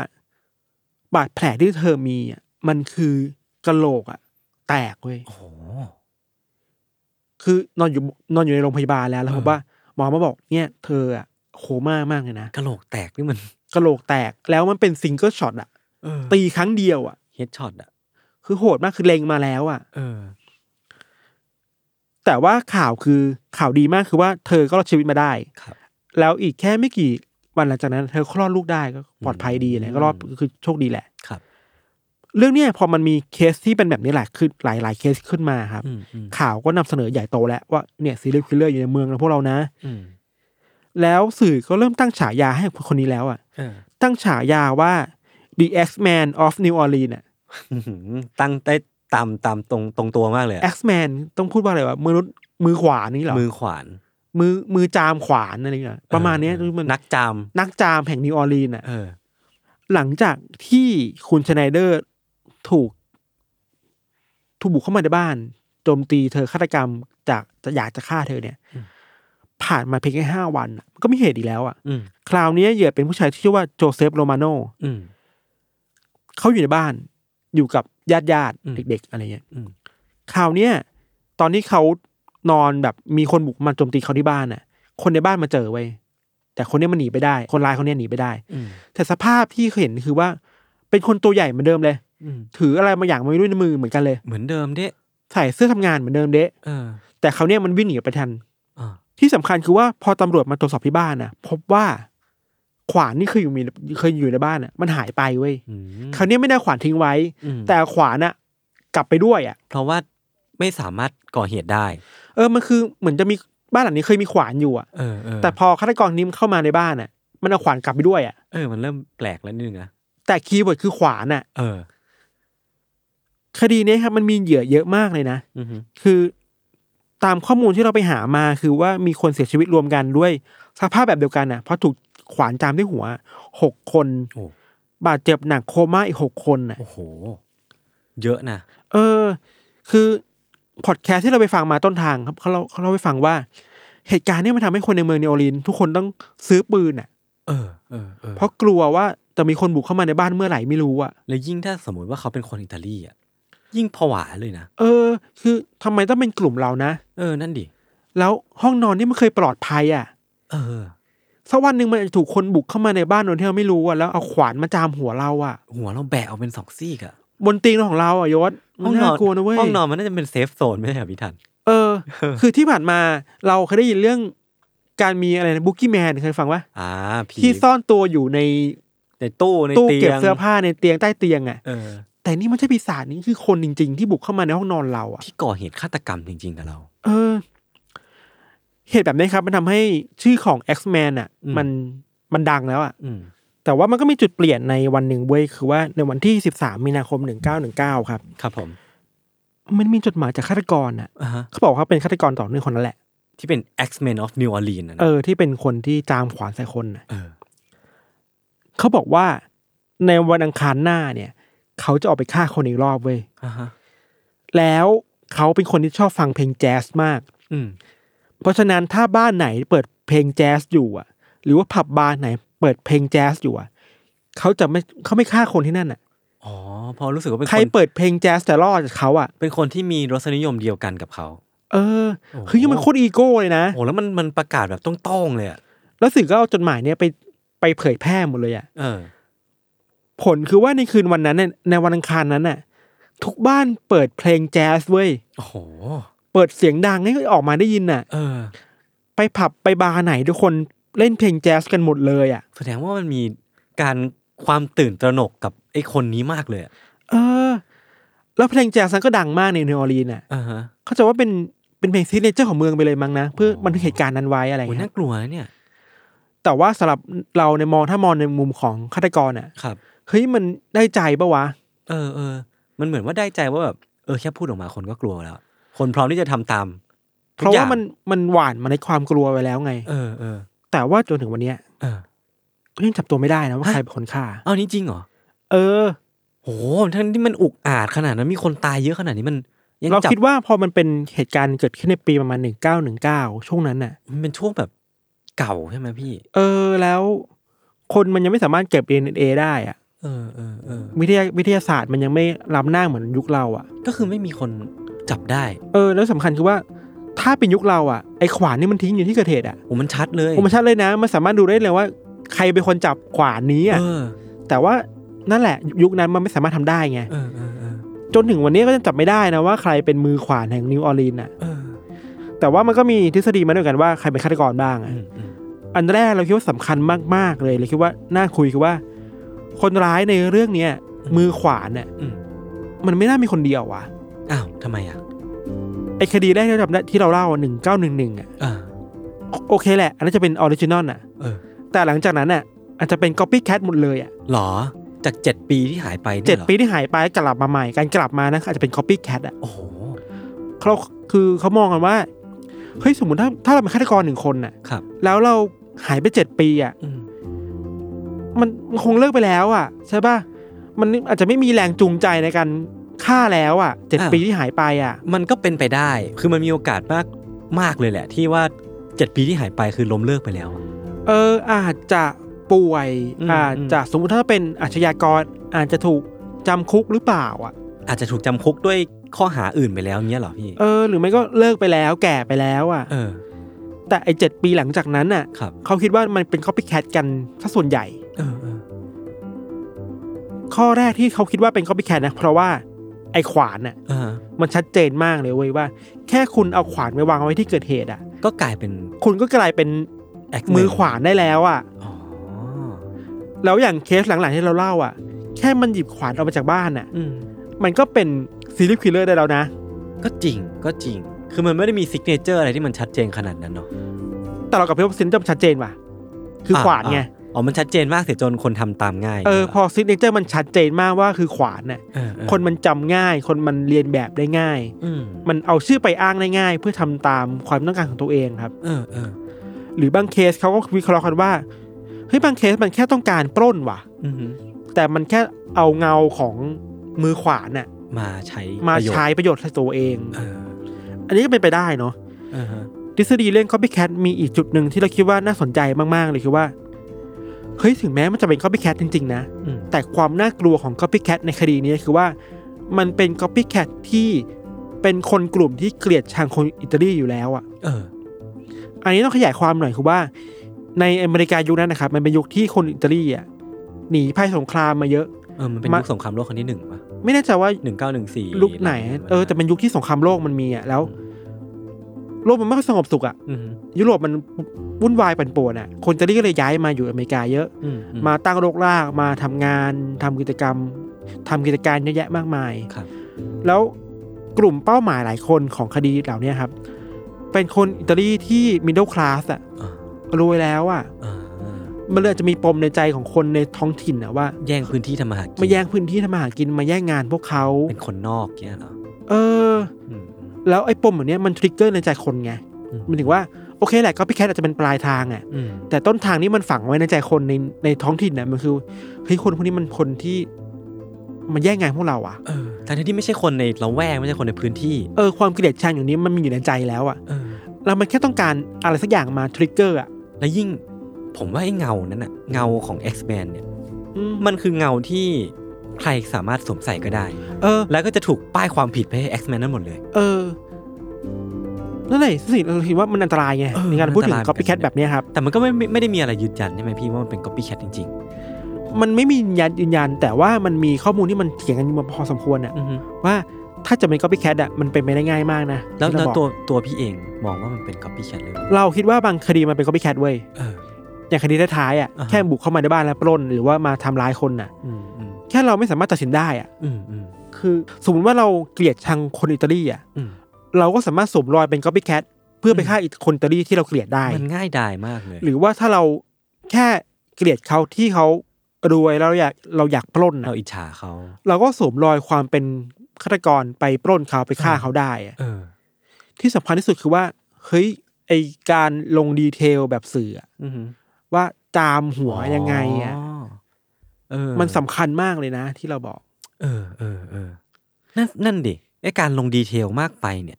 บาดแผลที่เธอมีอ่ะมันคือกะโหลกอ่ะ แตกเว้ย โอ้โห คือนอนอยู่นอนอยู่ในโรงพยาบาลแล้วแล้ว เอ ผ อ มว่าหมอมาบอกเนี่ย เธออะโคม่ามากเลยนะ กระโหลกแตกนี่มัน กระโหลกแตกแล้วมันเป็นซิงเกิลช็อตอะ ตี ตีครั้งเดียวอะ เฮดช็อตอ่ะ คือโหดมากคือเลงมาแล้วอะ เออ แต่ว่าข่าวคือข่าวดีมากคือว่าเธอก็รอดชีวิตมาได้ ครับ แล้วอีกแค่ไม่กี่วันหลังจากนั้น เธอคลอดลูกได้ก็ปลอดภัยดีอะไรก็รอดคือโชคดีแหละ ครับ เรื่องเนี้ยพอมันมีเคสที่เป็นแบบนี้แหละคือหลายหลายๆเคสขึ้นมาครับ อืมอืม ข่าวก็นำเสนอใหญ่โตแล้วว่าเนี่ยซีรีส์คิลเลอร์อยู่ในเมืองแล้วพวกเรานะ อืม แล้วสื่อก็เริ่มตั้งฉายาให้กับคนนี้แล้วอะ เออ ตั้งฉายาว่า The X-Man of New Orleans อะ อื้อหือตั้งได้ตามตามตรงตรงตัวมากเลยอะ X-Man ต้องพูดว่าอะไรวะมนุษย์มือขวานนี่เหรอ มือขวาน มือมือจามขวานอะไรเงี้ยประมาณเนี้ย เออ มัน นักจาม นักจามแห่งนิวออร์ลีนอะ เออ หลังจากที่คุณชไนเดอร์ถูก ถูกบุกเข้ามาในบ้าน โจมตีเธอฆาตกรรมจากจะอยากจะฆ่าเธอเนี่ย อืม ผ่านมาเพียงแค่ห้าวันอะก็มีเหตุอีกแล้วอะ อืม คราวเนี้ยเหยื่อเป็นผู้ชายที่ชื่อว่าโจเซฟโรมาโน อืม เขาอยู่ในบ้านอยู่กับญาติญาติๆ อืม เด็ก ๆ อะไรเงี้ย อืม คราวเนี้ยตอนที่เขานอนแบบมีคนบุกมาโจมตีเขาที่บ้านน่ะ คนในบ้านมาเจอไว้ยแต่คนเนี้ยมันหนีไปได้ คนร้ายคนเนี้ยหนีไปได้ อืม แต่สภาพที่เห็นคือว่า เป็นคนตัวใหญ่เหมือนเดิมเลย อืม ถืออะไรมาอย่างไม่รู้ในมือเหมือนกันเลย เหมือนเดิมเด้ ใส่เสื้อทำงานเหมือนเดิมเดะ เออ แต่เขาวเนี้ยมันวิ่งหนีออกไปทัน อ่า ที่สำคัญคือว่าพอตำรวจมาตรวจสอบที่บ้านน่ะ พบว่าขวานที่เคยอยู่มีเคยอยู่ในบ้านน่ะ มันหายไปเว้ย อืม คราวเนี้ยไม่ได้เอาขวานทิ้งไว้ อืม แต่ขวานอะกลับไปด้วยอะ เพราะว่าไม่สามารถก่อเหตุได้ เออมันคือเหมือนจะมีบ้านหลังนี้เคยมีขวานอยู่อะ เออเออ แต่พอฆาตกรนี้มันเข้ามาในบ้านอะมันเอาขวานกลับไปด้วยอะ เออ มันเริ่มแปลกแล้วนิดนึงนะ แต่คีย์เวิร์ดคือขวานอะ เออ คดีเนี้ยครับมันมีเหยื่อเยอะมากเลยนะ อือฮึ คือตามข้อมูลที่เราไปหามาคือว่ามีคนเสียชีวิตรวมกันด้วยสภาพแบบเดียวกันน่ะเพราะถูกขวานจามที่หัวหกคน โอ้ บาดเจ็บหนักโคม่าอีกหกคนน่ะ โอ้โห เยอะนะ เออ คือพอดแคสต์ที่เราไปฟังมาต้นทางครับเขาเราเขาเล่าไปฟังว่า เหตุการณ์เนี้มันทำให้คนในเมืองนิวออร์ลีนส์ทุกคนต้องซื้อปืนอ่ะ เออเออเออ เพราะกลัวว่าจะมีคนบุกเข้ามาในบ้านเมื่อไหร่ไม่รู้อ่ะ แล้วยิ่งถ้าสมมติว่าเขาเป็นคนอิตาลีอ่ะยิ่งผวาเลยนะ เออ คือทำไมต้องเป็นกลุ่มเรานะ เออนั่นดิ แล้วห้องนอนนี่มันเคยปลอดภัยอ่ะ เออ สักวันหนึ่งมันอาจจะถูกคนบุกเข้ามาในบ้านโดยที่เราไม่รู้อ่ะแล้วเอาขวานมาจามหัวเราอ่ะ หัวเราแบะออกเป็นสองซีกอะ บนเตียงของเราอ่ะยศมั ห้อนงน น่า อน กลัวนะเว้ย ห้องนอนมันน่าจะเป็นเซฟโซนไม่ใช่เหรอพี่ทัน เออ คือที่ผ่านมาเราเคยได้ยินเรื่องการมีอะไรนะบุกกี้แมนเคยฟังปะ อ่าผี ที่ซ่อนตัวอยู่ใน ในตู้ใน ตู้ เตียง เก็บเสื้อผ้าในเตียงใต้เตียงอ่ะ เออ แต่นี่ไม่ใช่ปีศาจนี่คือคนจริง ๆ ที่บุกเข้ามาในห้องนอนเราอ่ะ ที่ก่อเหตุฆาตกรรมจริง ๆ กับเรา เออ เหตุแบบนี้ครับ มันทำให้ชื่อของ X-Man อ่ะ อืม มันมันดังแล้วอ่ะ อืม แต่ว่ามันก็มีจุดเปลี่ยนในวันหนึ่งเว้ยคือว่าในวันที่ 13 มีนาคม 1919 ครับ ครับผม มันมีจดหมายจากฆาตกรอ่ะ อ่าฮะ เขาบอกว่าเป็นฆาตกรต่อเนื่องคนนั้นแหละ ที่เป็น X-Men of New Orleans อะนะ เออ ที่เป็นคนที่จามขวานใส่คนน่ะ เออ เขาบอกว่าในวันอังคารหน้าเนี่ย เขาจะออกไปฆ่าคนอีกรอบเว้ย อ่าฮะ แล้วเขาเป็นคนที่ชอบฟังเพลงแจ๊สมาก อืม เพราะฉะนั้นถ้าบ้านไหนเปิดเพลงแจ๊สอยู่อ่ะ หรือว่าผับบาร์ไหนเปิดเพลงแจ๊สอยู่อ่ะเขาจะไม่เขาไม่ฆ่าคนที่นั่นอ่ะ อ๋อเพอรู้สึกว่าเป็น ใคร คน เปิดเพลงแจ๊สแต่รอดจากเขาอ่ะ เป็นคนที่มีรสนิยมเดียวกันกับเขา เออคือยังมันโคตรอีโก้เลยนะ โอ้โหแล้วมันมันประกาศแบบต้องๆเลยอะ แล้วสื่อก็เอาจดหมายเนี่ยไปไปเผยแพร่หมดเลยอ่ะ เออ ผลคือว่าในคืนวันนั้นเนี่ยในวันอังคารนั้นน่ะ ทุกบ้านเปิดเพลงแจ๊สเว้ย โอ้โห เปิดเสียงดังให้ออกมาได้ยินน่ะ เออ ไปผับไปบาร์ไหนทุกคนเล่นเพลงแจ๊สกันหมดเลยอ่ะ แสดงว่ามันมีการความตื่นตระหนกกับไอ้คนนี้มากเลยอะ เออ แล้วเพลงแจ๊สนั้นก็ดังมากในนิวออร์ลีนน่ะ อ่าฮะ เขาใจะว่าเป็นเป็นเพลงซิกเนเจอร์ของเมืองไปเลยมั้งนะ เพื่อ โอ้ บันทึกเหตุการณ์นั้นไว้อะไร โอ้ย เงี้ น่ายกลัวนะเนี่ย แต่ว่าสำหรับเราในยมองถ้ามองในมุมของฆาตกรอ่ะ ครับ เฮ้ยมันได้ใจปะวะ เออเออ มันเหมือนว่าได้ใจว่าแบบเออแค่พูดออกมาคนก็กลัวแล้ว คนพร้อมที่จะทำตาม เพทุกราะอ ว่า ย่ง มันมันหวานมาในความกลัวไปแล้วไง เออเออ แต่ว่าจนถึงวันเนี้ย เออ ก็ยังจับตัวไม่ได้นะว่า ฮะ ใครเป็นคนฆ่า เอานี้จริงเหรอ เออ โหทั้งที่มันอุกอาจขนาดนั้นมีคนตายเยอะขนาดนี้มันยัง เรา จับ คิดว่าพอมันเป็นเหตุการณ์เกิดขึ้นในปีประมาณหนึ่งเก้าหนึ่งเก้าช่วงนั้นน่ะ มันเป็นช่วงแบบเก่าใช่ไหมพี่ เออแล้ว คนมันยังไม่สามารถเก็บ DNA ได้อ่ะ เออเออเออ วิทยาวิทยาศาสตร์มันยังไม่ล้ำหน้าเหมือนยุคเราอ่ะ ก็คือไม่มีคนจับได้ เออแล้วสำคัญคือว่าถ้าเป็นยุคเราอ่ะไอ้ขวานนี่มันทิ้งอยู่ที่เกิดเหตุอ่ะ โอ้มันชัดเลย โอ้มันชัดเลยนะ มันสามารถดูได้เลยว่า ใครเป็นคนจับขวานนี้อ่ะ เออ แต่ว่านั่นแหละ ยุคนั้นมันไม่สามารถทำได้ไง เออเออเออ จนถึงวันนี้ก็ยังจับไม่ได้นะว่าใครเป็นมือขวานแห่งนิวออร์ลีนอ่ะ เออ แต่ว่ามันก็มีทฤษฎีมาด้วยกันว่าใครเป็นฆาตกรบ้าง อมอ่ะอืม อันแรกเราคิดว่าสำคัญมากๆเลยเลยคิดว่าน่าคุยคือว่า คนร้ายในเรื่องเนี้ยมือขวานเนี่ย อืม มันไม่น่ามีคนเดียวว่ะ อ้าวทำไมอ่ะ ไอ้คดีแรกที่เราจำได้ที่เราเล่าหนึ่งเก้าหนึ่งหนึ่งอ่ะ อ่า โอเคแหละ อันนั้นจะเป็นออริจินอลอ่ะ เออ แต่หลังจากนั้นน่ะอาจจะเป็น copycat หมดเลยอ่ะ หรอจากเจ็ดปีที่หายไปนี่ย เจ็ด หรอ ปีที่หายไปกลับมาใหม่การกลับมานะอาจจะเป็น copycat อ่ะ โอ้โห เขาคือเขามองกันว่าเฮ้ยสมมติถ้าถ้าเราเป็นฆาตกรหนึ่งคนน่ะ ครับ แล้วเราหายไปเจ็ดปีอ่ะ อืม มันมันคงเลิกไปแล้วอ่ะใช่ป่ะมันอาจจะไม่มีแรงจูงใจในการฆ่าแล้วอ่ะเจ็ด อ่า ปีที่หายไปอ่ะ มันก็เป็นไปได้ คือมันมีโอกาสมากมากเลยแหละ ที่ว่าเจ็ดปีที่หายไปคือล้มเลิกไปแล้วอะ เอออาจจะป่วย อืม อาจจะสมมติถ้าเป็นอาชญากรอาจจะถูกจำคุกหรือเปล่าอ่ะ อาจจะถูกจำคุกด้วยข้อหาอื่นไปแล้วเงี้ยเหรอพี่ เออ หรือไม่ก็เลิกไปแล้วแก่ไปแล้วอ่ะ เออ แต่ไอเจ็ดปีหลังจากนั้นน่ะ ครับ เขาคิดว่ามันเป็น copycat กันซะส่วนใหญ่ เออเออ ข้อแรกที่เขาคิดว่าเป็น copycat นะ เพราะว่าไอขวานน่ะ อ่าฮะ มันชัดเจนมากเลยเว้ยว่า แค่คุณเอาขวานไปวางไว้ที่เกิดเหตุอ่ะ ก็กลายเป็น คุณก็กลายเป็น แอค มือขวานได้แล้วอ่ะ อ๋อ แล้วอย่างเคสหลังๆที่เราเล่าอ่ะ แค่มันหยิบขวานออกมาจากบ้านน่ะ อืม มันก็เป็น serial killer ได้แล้วนะ ก็จริง ก็จริง คือมันไม่ได้มีซิกเนเจอร์อะไรที่มันชัดเจนขนาดนั้นเนาะ แต่เรากับพี่ว่าซินเจอร์ชัดเจนว่ะคืออะ ขวานไง อ่ะ อ๋อมันชัดเจนมากเสียจนคนทำตามง่าย เออพอซิกเนเจอร์มันชัดเจนมากว่าคือขวานน่ะ เออเออ คนมันจำง่าย คนมันเรียนแบบได้ง่าย อืม มันเอาชื่อไปอ้างได้ง่าย เพื่อทำตามความต้องการของตัวเองครับ เออเออ หรือบางเคสเขาก็วิเคราะห์กันว่าเฮ้ยบางเคสมันแค่ต้องการปล้นว่ะ อือหือ แต่มันแค่เอาเงาของมือขวานน่ะ มาใช้ มา ประโยชน์ ใช้ประโยชน์ให้ตัวเอง เออ อันนี้ก็เป็นไปได้เนาะ เออฮะ ทฤษฎีเรื่อง copycat มีอีกจุดหนึ่งที่เราคิดว่าน่าสนใจมาก ๆ เลยคือว่าเฮ้ยถึงแม้มันจะเป็น copycat จริง ๆ นะ อืม แต่ความน่ากลัวของ copycat ในคดีนี้คือว่ามันเป็น copycat ที่เป็นคนกลุ่มที่เกลียดชังคนอิตาลีอยู่แล้วอ่ะ เออ อันนี้ต้องขยายความหน่อยคือว่า ในอเมริกายุคนั้นนะครับ มันเป็นยุคที่คนอิตาลีอ่ะหนีภัยสงครามมาเยอะ เออมันเป็น มา ยุคสงครามโลกครั้งที่หนึ่งปะ ไม่แน่ใจว่า หนึ่งเก้าหนึ่งสี่ ยุคไหน เออแต่เป็นยุคที่สงครามโลกมันมีอ่ะแล้วโลกมันไม่ค่อยสงบสุขอ่ะ อืม ยุโรปมันวุ่นวายปั่นป่วนอ่ะ คนอิตาลีก็เลยย้ายมาอยู่อเมริกาเยอะ อือื มาตั้งรกรากมาทำงานทำกิจกรรมทำกิจการเยอะแยะมากมาย ครับ แล้วกลุ่มเป้าหมายหลายคนของคดีเหล่านี้ครับ เป็นคนอิตาลีที่มิดเดิลคลาสอ่ะ อ่า รวยแล้วอ่ะ อ่า มันเลยอาจจะมีปมในใจของคนในท้องถิ่นนะว่า แย่งพื้นที่ทำมาหากิน มาแย่งพื้นที่ทำมาหากินมาแย่งงานพวกเขา เป็นคนนอกเนี้ยเหรอ เออ อืมอืม แล้วไอ้ปมแบบเนี้ยมันทริกเกอร์ในใจคนไง อืม หมันถึงว่าโอเคแหละก็พี่แคทอาจจะเป็นปลายทางอ่ะ อืม แต่ต้นทางนี้มันฝังไว้ในใจคนในในท้องถิ่นน่ะมันคือเฮ้ยคนพวกนี้มันคนที่มันแย่งงานพวกเราอ่ะ เออทั้งที่ไม่ใช่คนในละแวกไม่ใช่คนในพื้นที่ เออความเกลียดชังอย่างนี้มันมีอยู่ในใจแล้วอ่ะ เออ เรามันแค่ต้องการอะไรสักอย่างมาทริกเกอร์อ่ะ และยิ่งผมว่าไอ้เงานั้นน่ะเงาของ X-Men เนี่ย อืม มันคือเงาที่ใครสามารถสวมใส่ก็ได้ เออ แล้วก็จะถูกป้ายความผิดไปให้ X-Men นั้นหมดเลย เออนั่นแหละสิงเราคิดว่ามันอันตรายไง เออ ในการพูดถึง มันอันตราย copycat แบบเนี้ยครับ แต่มันก็ไม่ไม่ไม่ได้มีอะไรยืนยันใช่ไหมพี่ว่ามันเป็น copycat จริง มันไม่มียันยืนยัน แต่ว่ามันมีข้อมูลที่มันเถียงกันมาพอสมควรอะ ๆ อือฮึ ว่าถ้าจะเป็น copycat อะมันเป็นไปได้ง่ายมากนะ แล้ว ที่ แล้ว เราบอก ตัวตัวพี่เองมองว่ามันเป็น copycat หรือเปล่า เราคิดว่าบางคดีมันเป็น copycat เว้ย เออ อย่างคดีท้ายๆอะ อ่าฮะ แค่บุกเข้ามาในบ้านแล้วปล้น หรือว่ามาทำร้ายคนน่ะ อืมอืม แค่เราไม่สามารถตัดสินได้อะ อืมอืม คือสมมติว่าเราเกลียดชังคนอิตาลีอะ อืม เราก็สามารถสวมรอยเป็น copycat เพื่อไป อืม ฆ่าอีกคนอิตาลีที่เราเกลียดได้ มันง่ายดายมากเลย หรือว่าถ้าเราแค่เกลียดเขาที่เขารวยแล้วเราอยากเราอยากปล้นน่ะ เราอิจฉาเขา เราก็สวมรอยความเป็นฆาตกรไปปล้นเขาไปฆ่าเขาได้อะ เออ ที่สำคัญที่สุดคือว่าเฮ้ยไอการลงดีเทลแบบสื่ออะ อือฮึ ว่าตามหัวยังไงอะ เออ มันสำคัญมากเลยนะ ที่เราบอก เออเออเออนั่นนั่นดิไอการลงดีเทลมากไปเนี่ย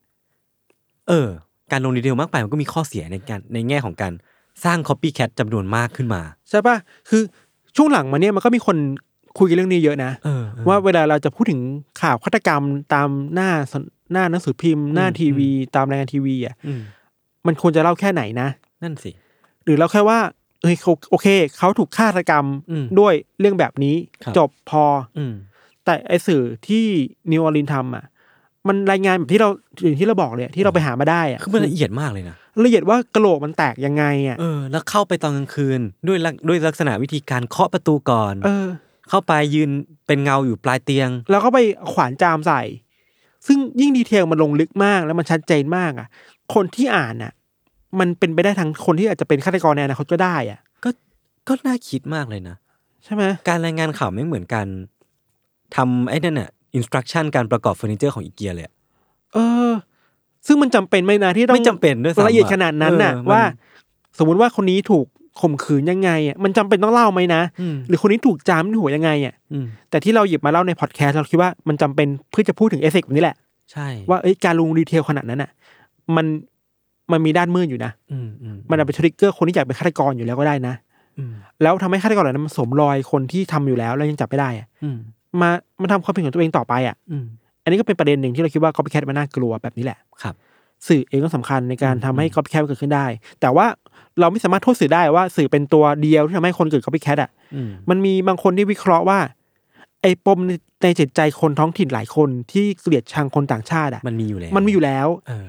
เออ การลงดีเทลมากไปมันก็มีข้อเสียในการในแง่ของการสร้าง copycat จำนวนมากขึ้นมา ใช่ปะคือช่วงหลังมาเนี่ยมันก็มีคนคุยกันเรื่องนี้เยอะนะ เออเออ ว่าเวลาเราจะพูดถึงข่าวฆาตกรรมตามหน้าสนหน้าหนังสือพิมพ์หน้า อืม ทีวี ตามรายการทีวีอ่ะ อืม มันควรจะเล่าแค่ไหนนะ นั่นสิ หรือเราแค่ว่าเฮ้ยเขาโอเค เขาถูกฆาตกรรม อืม ด้วยเรื่องแบบนี้ ครับ จบพอ อืม แต่ไอสื่อที่นิวออร์ลินทำอ่ะ มันรายงานแบบที่เราอย่างที่เราบอกเลยอะที่เราไปหามาได้อ่ะ คือมันละเอียดมากเลยนะ ละเอียดว่ากระโหลกมันแตกยังไงอ่ะ เออ แล้วเข้าไปตอนกลางคืน ด้วยลักด้วยลักษณะวิธีการเคาะประตูก่อน เออ เข้าไปยืนเป็นเงาอยู่ปลายเตียง แล้วก็ไปขวานจามใส่ ซึ่งยิ่งดีเทลมันลงลึกมากแล้วมันชัดเจนมากอ่ะ คนที่อ่านอ่ะ มันเป็นไปได้ทั้งคนที่อาจจะเป็นฆาตกรในอนาคตก็ได้อ่ะ ก็ก็น่าคิดมากเลยนะ ใช่ไหม การรายงานข่าวไม่เหมือนกันทำไอ้นั่นน่ะอินสตรักชั่นการประกอบเฟอร์นิเจอร์ของอีเกียเลยอะ เออ ซึ่งมันจำเป็นไหมนะที่ต้อง ไม่จำเป็นด้วยซ้ำ ละเอียดขนาดนั้นน่ะ เออมั ว่า สมมุติว่าคนนี้ถูกข่มขืนยังไงอ่ะมันจำเป็นต้องเล่าไหมนะ อืม หรือคนนี้ถูกจามที่หัวยังไงอ่ะ อืม แต่ที่เราหยิบมาเล่าในพอดแคสต์เราคิดว่ามันจำเป็นเพื่อจะพูดถึงเอฟเฟกต์แบบนี้แหละ ใช่ ว่าเอ้ยการลงดีเทลขนาดนั้นอ่ะ มันมันมีด้านมืดอยู่นะ อืมอืม มันอาจจะไปทริกเกอร์คนที่อยากเป็นฆาตกรอยู่แล้วก็ได้นะ อืม แล้วทำให้ฆาตกรเหล่านั้นมันสวมรอยคนที่ทำอยู่แล้วแล้วยังจับไม่ได้อ่ะ อืม มามาทำความผิดของตัวเองต่อไปอ่ะ อืม อันนี้ก็เป็นประเด็นหนึ่งที่เราคิดว่า copycat มันน่ากลัวแบบนี้แหละ ครับ สื่อเองก็สำคัญในการ อืม ทำให้ copycat มันเกิดขึ้นได้ แต่ว่าเราไม่สามารถโทษสื่อได้ว่าสื่อเป็นตัวเดียวที่ทำให้คนเกิด copycat อ่ะ อืม มันมีบางคนที่วิเคราะห์ว่า ไอ้ปมในจิตใจคนท้องถิ่นหลายคนที่เกลียดชังคนต่างชาติอ่ะ มันมีอยู่แล้ว มันมีอยู่แล้ว เออ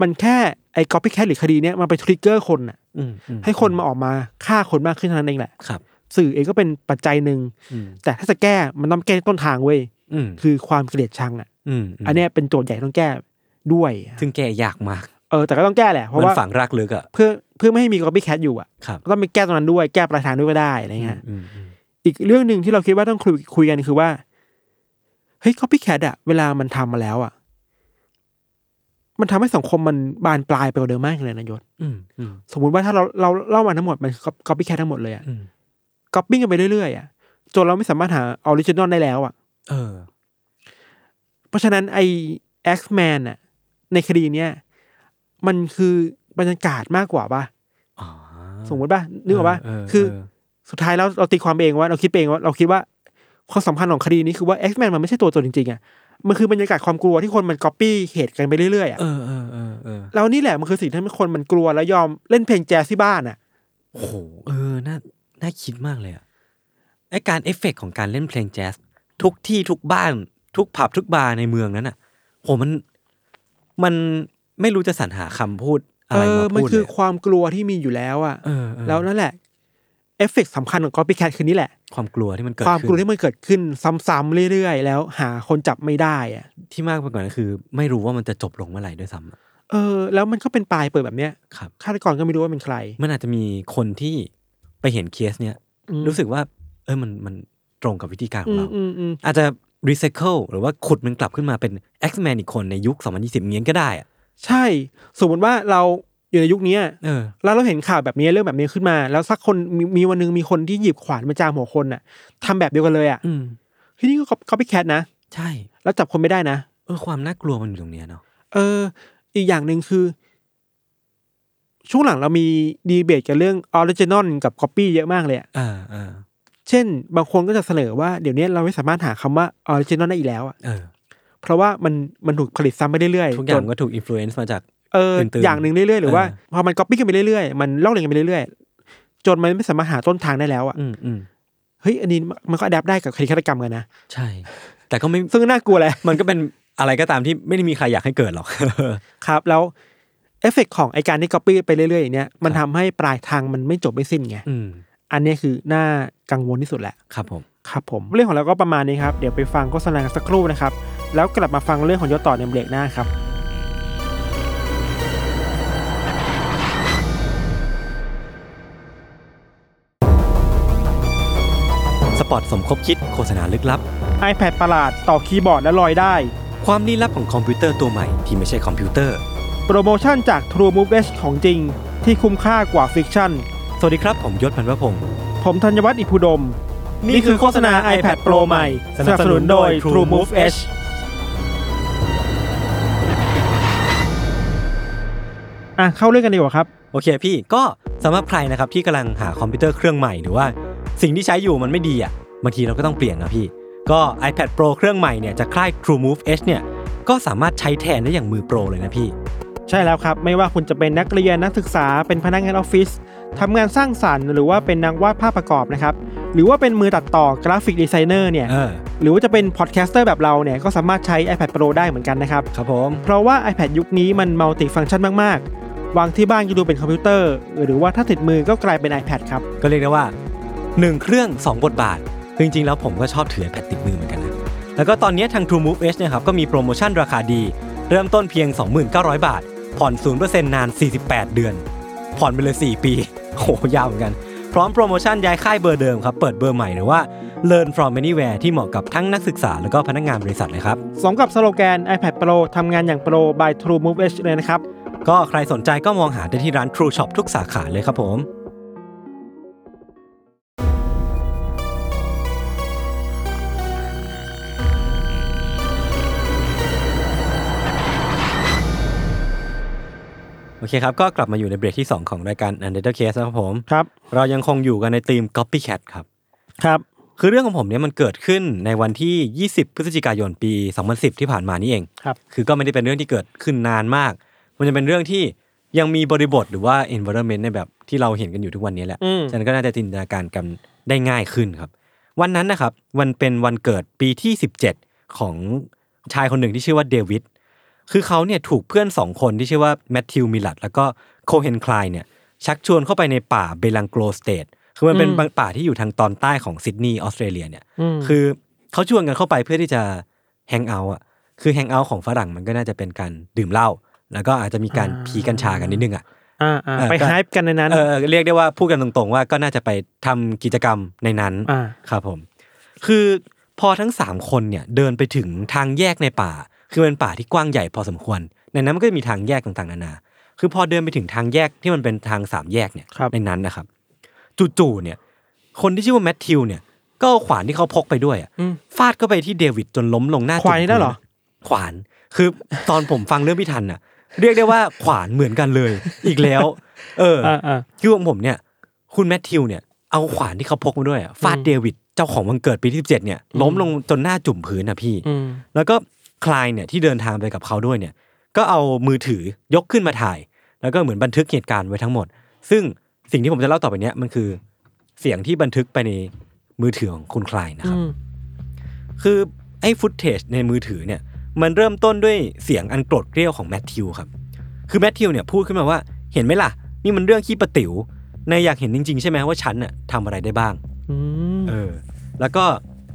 มันแค่ไอ้ copycat หรือคดีเนี้ยมันไปทริกเกอร์คนอ่ะ อืมอืม ให้คนมาออกมาฆ่าคนมากขึ้นเท่านั้นเองแหละ ครับ สื่อเองก็เป็นปัจจัยหนึ่ง อืม แต่ถ้าจะแก้มันต้องแก้ที่ต้นทางเว้ย อืม คือความเกลียดชังอ่ะ อืม อันเนี้ยเป็นโจทย์ใหญ่ต้องแก้ด้วย ซึ่งแก้ยากมาก เออ แต่ก็ต้องแก้แหละ เพราะ มัน ว่า ฝังรากลึกอะ เพื่อ พื่อไม่ให้มี copycat อยู่อ่ะ ครับ ก็ต้องไปแก้ตรงนั้นด้วยแก้ปลายทางด้วยก็ได้อะไรเงี้ย อืมอืม อีกเรื่องหนึ่งที่เราคิดว่าต้องคุยคุยกันคือว่าเฮ้ย copycat อะเวลามันทำมาแล้วอะมันทำให้สังคมมันบานปลายไปกว่าเดิมมากเลยนะยศ อืมอืม สมมุติว่าถ้าเราเราเล่ามาทั้งหมดมัน copycat ทั้งหมดเลยอะ อืม ก๊อปปิ้งกันไปเรื่อยๆอะจนเราไม่สามารถหาออริจินอลได้แล้วอะ เออ เพราะฉะนั้นไอ้ X-Man อะในคดีเนี้ยมันคือบรรยากาศมากกว่าป่ะ อ๋อ สมมติป่ะนึกออกป่ะ เเ คือ เ สุดท้ายแล้วเราตีความเองว่าเราคิดไปเองว่าเราคิดว่าความสำคัญของคดีนี้คือว่า X-Men มันไม่ใช่ตัวตนจริงๆอ่ะมันคือบรรยากาศความกลัวที่คนมันก๊อปปี้เหตุกันไปเรื่อยๆอ่ะ เออเออเออเออ แล้วนี่แหละมันคือสิ่งที่ทำให้คนมันกลัวแล้วยอมเล่นเพลงแจ๊สที่บ้านอ่ะ โอ้โหเออน่าน่าคิดมากเลยอะไอการเอฟเฟกต์ของการเล่นเพลงแจ๊สทุกที่ทุกบ้าน ทุกผับทุกบาร์ในเมืองนั้นอะโหมันมันไม่รู้จะสรรหาคำพูดอะ เอ ไร อ มา มัน พูด คื เล อย ความกลัวที่มีอยู่แล้วอ่ะ เออเออ แล้วนั่นแหละเอฟเฟกต์สำคัญของ copycat คือนี่แหละ ความกลัวที่มันเกิด ความกลัว ขึ้น ที่มันเกิดขึ้นซ้ำๆเรื่อยๆ แล้วหาคนจับไม่ได้อ่ะ ที่มากไปกว่านั้นคือ ไม่รู้ว่ามันจะจบลงเมื่อไหร่ด้วยซ้ำอะ เออ แล้วมันก็เป็นปลายเปิดแบบเนี้ย ครับ ฆาตกรก็ไม่รู้ว่าเป็นใคร มันอาจจะมีคนที่ไปเห็นเคสเนี้ย อืม รู้สึกว่า เออมันมันตรงกับวิธีการข อื อง ม เรา อืมอืม อาจจะรีไซเคิลหรือว่าขุดมันกลับขึ้นมาเป็น X-Men อีกคนในยุค 2020เงี้ยก็ได้อะ ใช่ สมมติว่าเราอยู่ในยุคเนี้ย เออ แล้วเราเห็นข่าวแบบนี้เรื่องแบบนี้ขึ้นมา แล้วสักคนมีมีวันหนึงมีคนที่หยิบขวานมาจามหัวคนน่ะทำแบบเดียวกันเลยอ่ะ อืม ที่นี่ก็ก็ไปแคทนะ ใช่ แล้วจับคนไม่ได้นะ เออ ความน่ากลัวมันอยู่ตรงเนี้ยเนาะ เออ อีกอย่างหนึ่งคือ ช่วงหลังเรามีดีเบตกันเรื่องออริจินอลกับก๊อปปี้เยอะมากเลยอะ อ่าอ่า เช่น บางคนก็จะเสนอว่าเดี๋ยวนี้เราไม่สามารถหาคำว่าออริจินอลได้อีกแล้วอ่ะ เออ เพราะว่ามันมันถูกผลิตซ้ำไปเรื่อยๆ ทุกอย่า จ ง น มันก็ถูกอิม l u เ n นซ์มาจาก เออ ตื่นๆ อย่างหนึ่งเรื่อยๆ หรือว่า เออ พอมันก๊อปปี้กันไปเรื่อยๆ มันลอกเลียนกันไปเรื่อยๆ จนมันไม่สามารถหาต้นทางได้แล้วอ่ะ อืมอืม เฮ้ยอันนี้มันก็อัดแอปได้กับคดีฆาตกรรมกันนะ ใช่ แต่ก็ไม่ ซึ่งน่ากลัวแหละ มันก็เป็นอะไรก็ตามที่ไม่ได้มีใครอยากให้เกิดหรอก ครับ แล้วเอฟเฟกของไอการที่ก๊อปปี้ไปเรื่อยๆอย่างเนี้ยมันทำให้ปลายทางมันไม่จบไม่สิ้นไง อืม อันเนี้ยคือน่ากังวลที่สุดแหละ ครับผม ครับผมเรื่องของเราก็ประมาณนี้ครับเดี๋ยวไปฟังโฆษณากันสักครู่นะครับ แล้วกลับมาฟังเรื่องของยศต่อในเบรกหน้าครับ สปอร์ตสมคบคิดโฆษณาลึกลับ iPad ประหลาดต่อคีย์บอร์ดและลอยได้ ความลี้ลับของคอมพิวเตอร์ตัวใหม่ที่ไม่ใช่คอมพิวเตอร์ โปรโมชั่นจาก True Move Edge ของจริง ที่คุ้มค่ากว่าฟิกชั่น สวัสดีครับผมยศพันธุ์พระพงศ์ ผมธัญวัฒน์อิพุดม นี่คือโฆษณา iPad Pro ใหม่ สนับสนุนโดย True Move Edge อ่ะ เข้าเรื่องกันดีกว่าครับ โอเคพี่ก็สำหรับใครนะครับที่กำลังหาคอมพิวเตอร์เครื่องใหม่หรือว่าสิ่งที่ใช้อยู่มันไม่ดีอ่ะบางทีเราก็ต้องเปลี่ยนนะพี่ ก็ iPad Pro เครื่องใหม่เนี่ยจากค่าย TrueMove Edge เนี่ยก็สามารถใช้แทนได้อย่างมือโปรเลยนะพี่ ใช่แล้วครับ ไม่ว่าคุณจะเป็นนักเรียนนักศึกษาเป็นพนักงานออฟฟิศทำงานสร้างสรรค์หรือว่าเป็นนักวาดภาพประกอบนะครับ หรือว่าเป็นมือตัดต่อกราฟิกดีไซเนอร์เนี่ย เออ หรือว่าจะเป็นพอดแคสเตอร์แบบเราเนี่ย ก็สามารถใช้ iPad Pro ได้เหมือนกันนะครับ ครับผม เพราะว่า iPad ยุคนี้มันมัลติฟังก์ชันมาก ๆ วางที่บ้านก็ดูเป็นคอมพิวเตอร์ หรือว่าถ้าติดมือก็กลายเป็น iPad ครับ ก็เรียกได้ว่า 1 เครื่อง 2 บทบาทคือจริงๆ แล้วผมก็ชอบถือ iPad ติดมือเหมือนกันนะแล้วก็ตอนนี้ทาง True Move Edge เนะครับก็มีโปรโมชั่นราคาดี เริ่มต้นเพียง 2,900 บาท ผ่อน 0%นาน 48 เดือน ผ่อนไปเลย 4 ปีโอ้โหยาวเหมือนกัน พร้อมโปรโมชั่นย้ายค่ายเบอร์เดิมครับ เปิดเบอร์ใหม่หรือว่า Learn from anywhere ที่เหมาะกับทั้งนักศึกษา แล้วก็พนักงานบริษัทเลยครับ สมกับสโลแกน iPad Pro ทำงานอย่าง Pro by True Move Edge เลยนะครับ ก็ใครสนใจก็มองหาได้ที่ร้าน True Shop ทุกสาขาเลยครับผม โอเคครับ ก็กลับมาอยู่ในเบรกที่ 2 ของรายการ u n d e r t a l Case นะครับผม ครับ เรายังคงอยู่กันในทีม Copycat ครับ ครับ คือเรื่องของผมเนี่ยมันเกิดขึ้นในวันที่ 20 พฤศจิกายนปี 2010 ที่ผ่านมานี่เอง ครับ คือก็ไม่ได้เป็นเรื่องที่เกิดขึ้นนานมาก มันจะเป็นเรื่องที่ยังมีบริบทหรือว่า environment ในแบบที่เราเห็นกันอยู่ทุกวันนี้แหละ อืม ฉะนั้นก็น่าจะจินตนาการกันได้ง่ายขึ้นครับ วันนั้นนะครับมันเป็นวันเกิดปีที่ 17 ของชายคนหนึ่งที่ชื่อว่าเดวิด คือเขาเนี่ยถูกเพื่อนสองคนที่ชื่อว่าแมทธิวมิลัดแล้วก็โคเฮนคลายเนี่ยชักชวนเข้าไปในป่าเบลังโกลสเตทคือมันเป็นป่าที่อยู่ทางตอนใต้ของซิดนีย์ออสเตรเลียเนี่ย อืม คือเขาชวนกันเข้าไปเพื่อที่จะแฮงเอาท์อ่ะ คือแฮงเอาท์ของฝรั่งมันก็น่าจะเป็นการดื่มเหล้า แล้วก็อาจจะมีการผีกัญชากันนิดนึงอ่ะ อ่าอ่า เออ ไป ก็ ไฮป์กันในนั้น เออเรียกได้ว่าพูดกันตรงๆว่าก็น่าจะไปทำกิจกรรมในนั้น อ่า ครับผม คือพอทั้ง 3 คนเนี่ยเดินไปถึงทางแยกในป่า คือเป็นป่าที่กว้างใหญ่พอสมควร ในนั้นมันก็จะมีทางแยกต่างๆนานา คือพอเดินไปถึงทางแยกที่มันเป็นทางสามแยกเนี่ย ครับ ในนั้นนะครับจู่ๆเนี่ย คนที่ชื่อว่าแมทธิวเนี่ย ก็เอาขวานที่เขาพกไปด้วยอะ อืม ฟาดเข้าไปที่เดวิดจนล้มลงหน้า ขวานนี่ได้เหรอ ขวานคือตอนผมฟังเรื่องพี่ทันน่ะ เรียกได้ว่าขวานเหมือนกันเลย อีกแล้ว เออ อ่าอ่า คือของผมเนี่ย คุณแมทธิวเนี่ยเอาขวานที่เขาพกมาด้วยอะฟาด อืม เดวิดเจ้าของวันเกิดปีที่สิบเจ็ดเนี่ย อืม ล้มลงจนหน้าจุ่มพื้นนะพี่ อืม แล้วก็คลายเนี่ยที่เดินทางไปกับเขาด้วยเนี่ย ก็เอามือถือยกขึ้นมาถ่าย แล้วก็เหมือนบันทึกเหตุการณ์ไว้ทั้งหมด ซึ่งสิ่งที่ผมจะเล่าต่อไปเนี้ยมันคือเสียงที่บันทึกไปในมือถือของคุณคลายนะครัอืบ ม คือไอ้ฟุตเทจในมือถือเนี่ยมันเริ่มต้นด้วยเสียงอันโกรธเกรี้ยวของแมทธิวครับ คือแมทธิวเนี่ยพูดขึ้นมาว่าเห็นไหมล่ะ นี่มันเรื่องขี้ประติ๋วนายอยากเห็นจริง ๆ ใช่ไหมว่าฉันน่ะทำอะไรได้บ้าง อืม เออ แล้วก็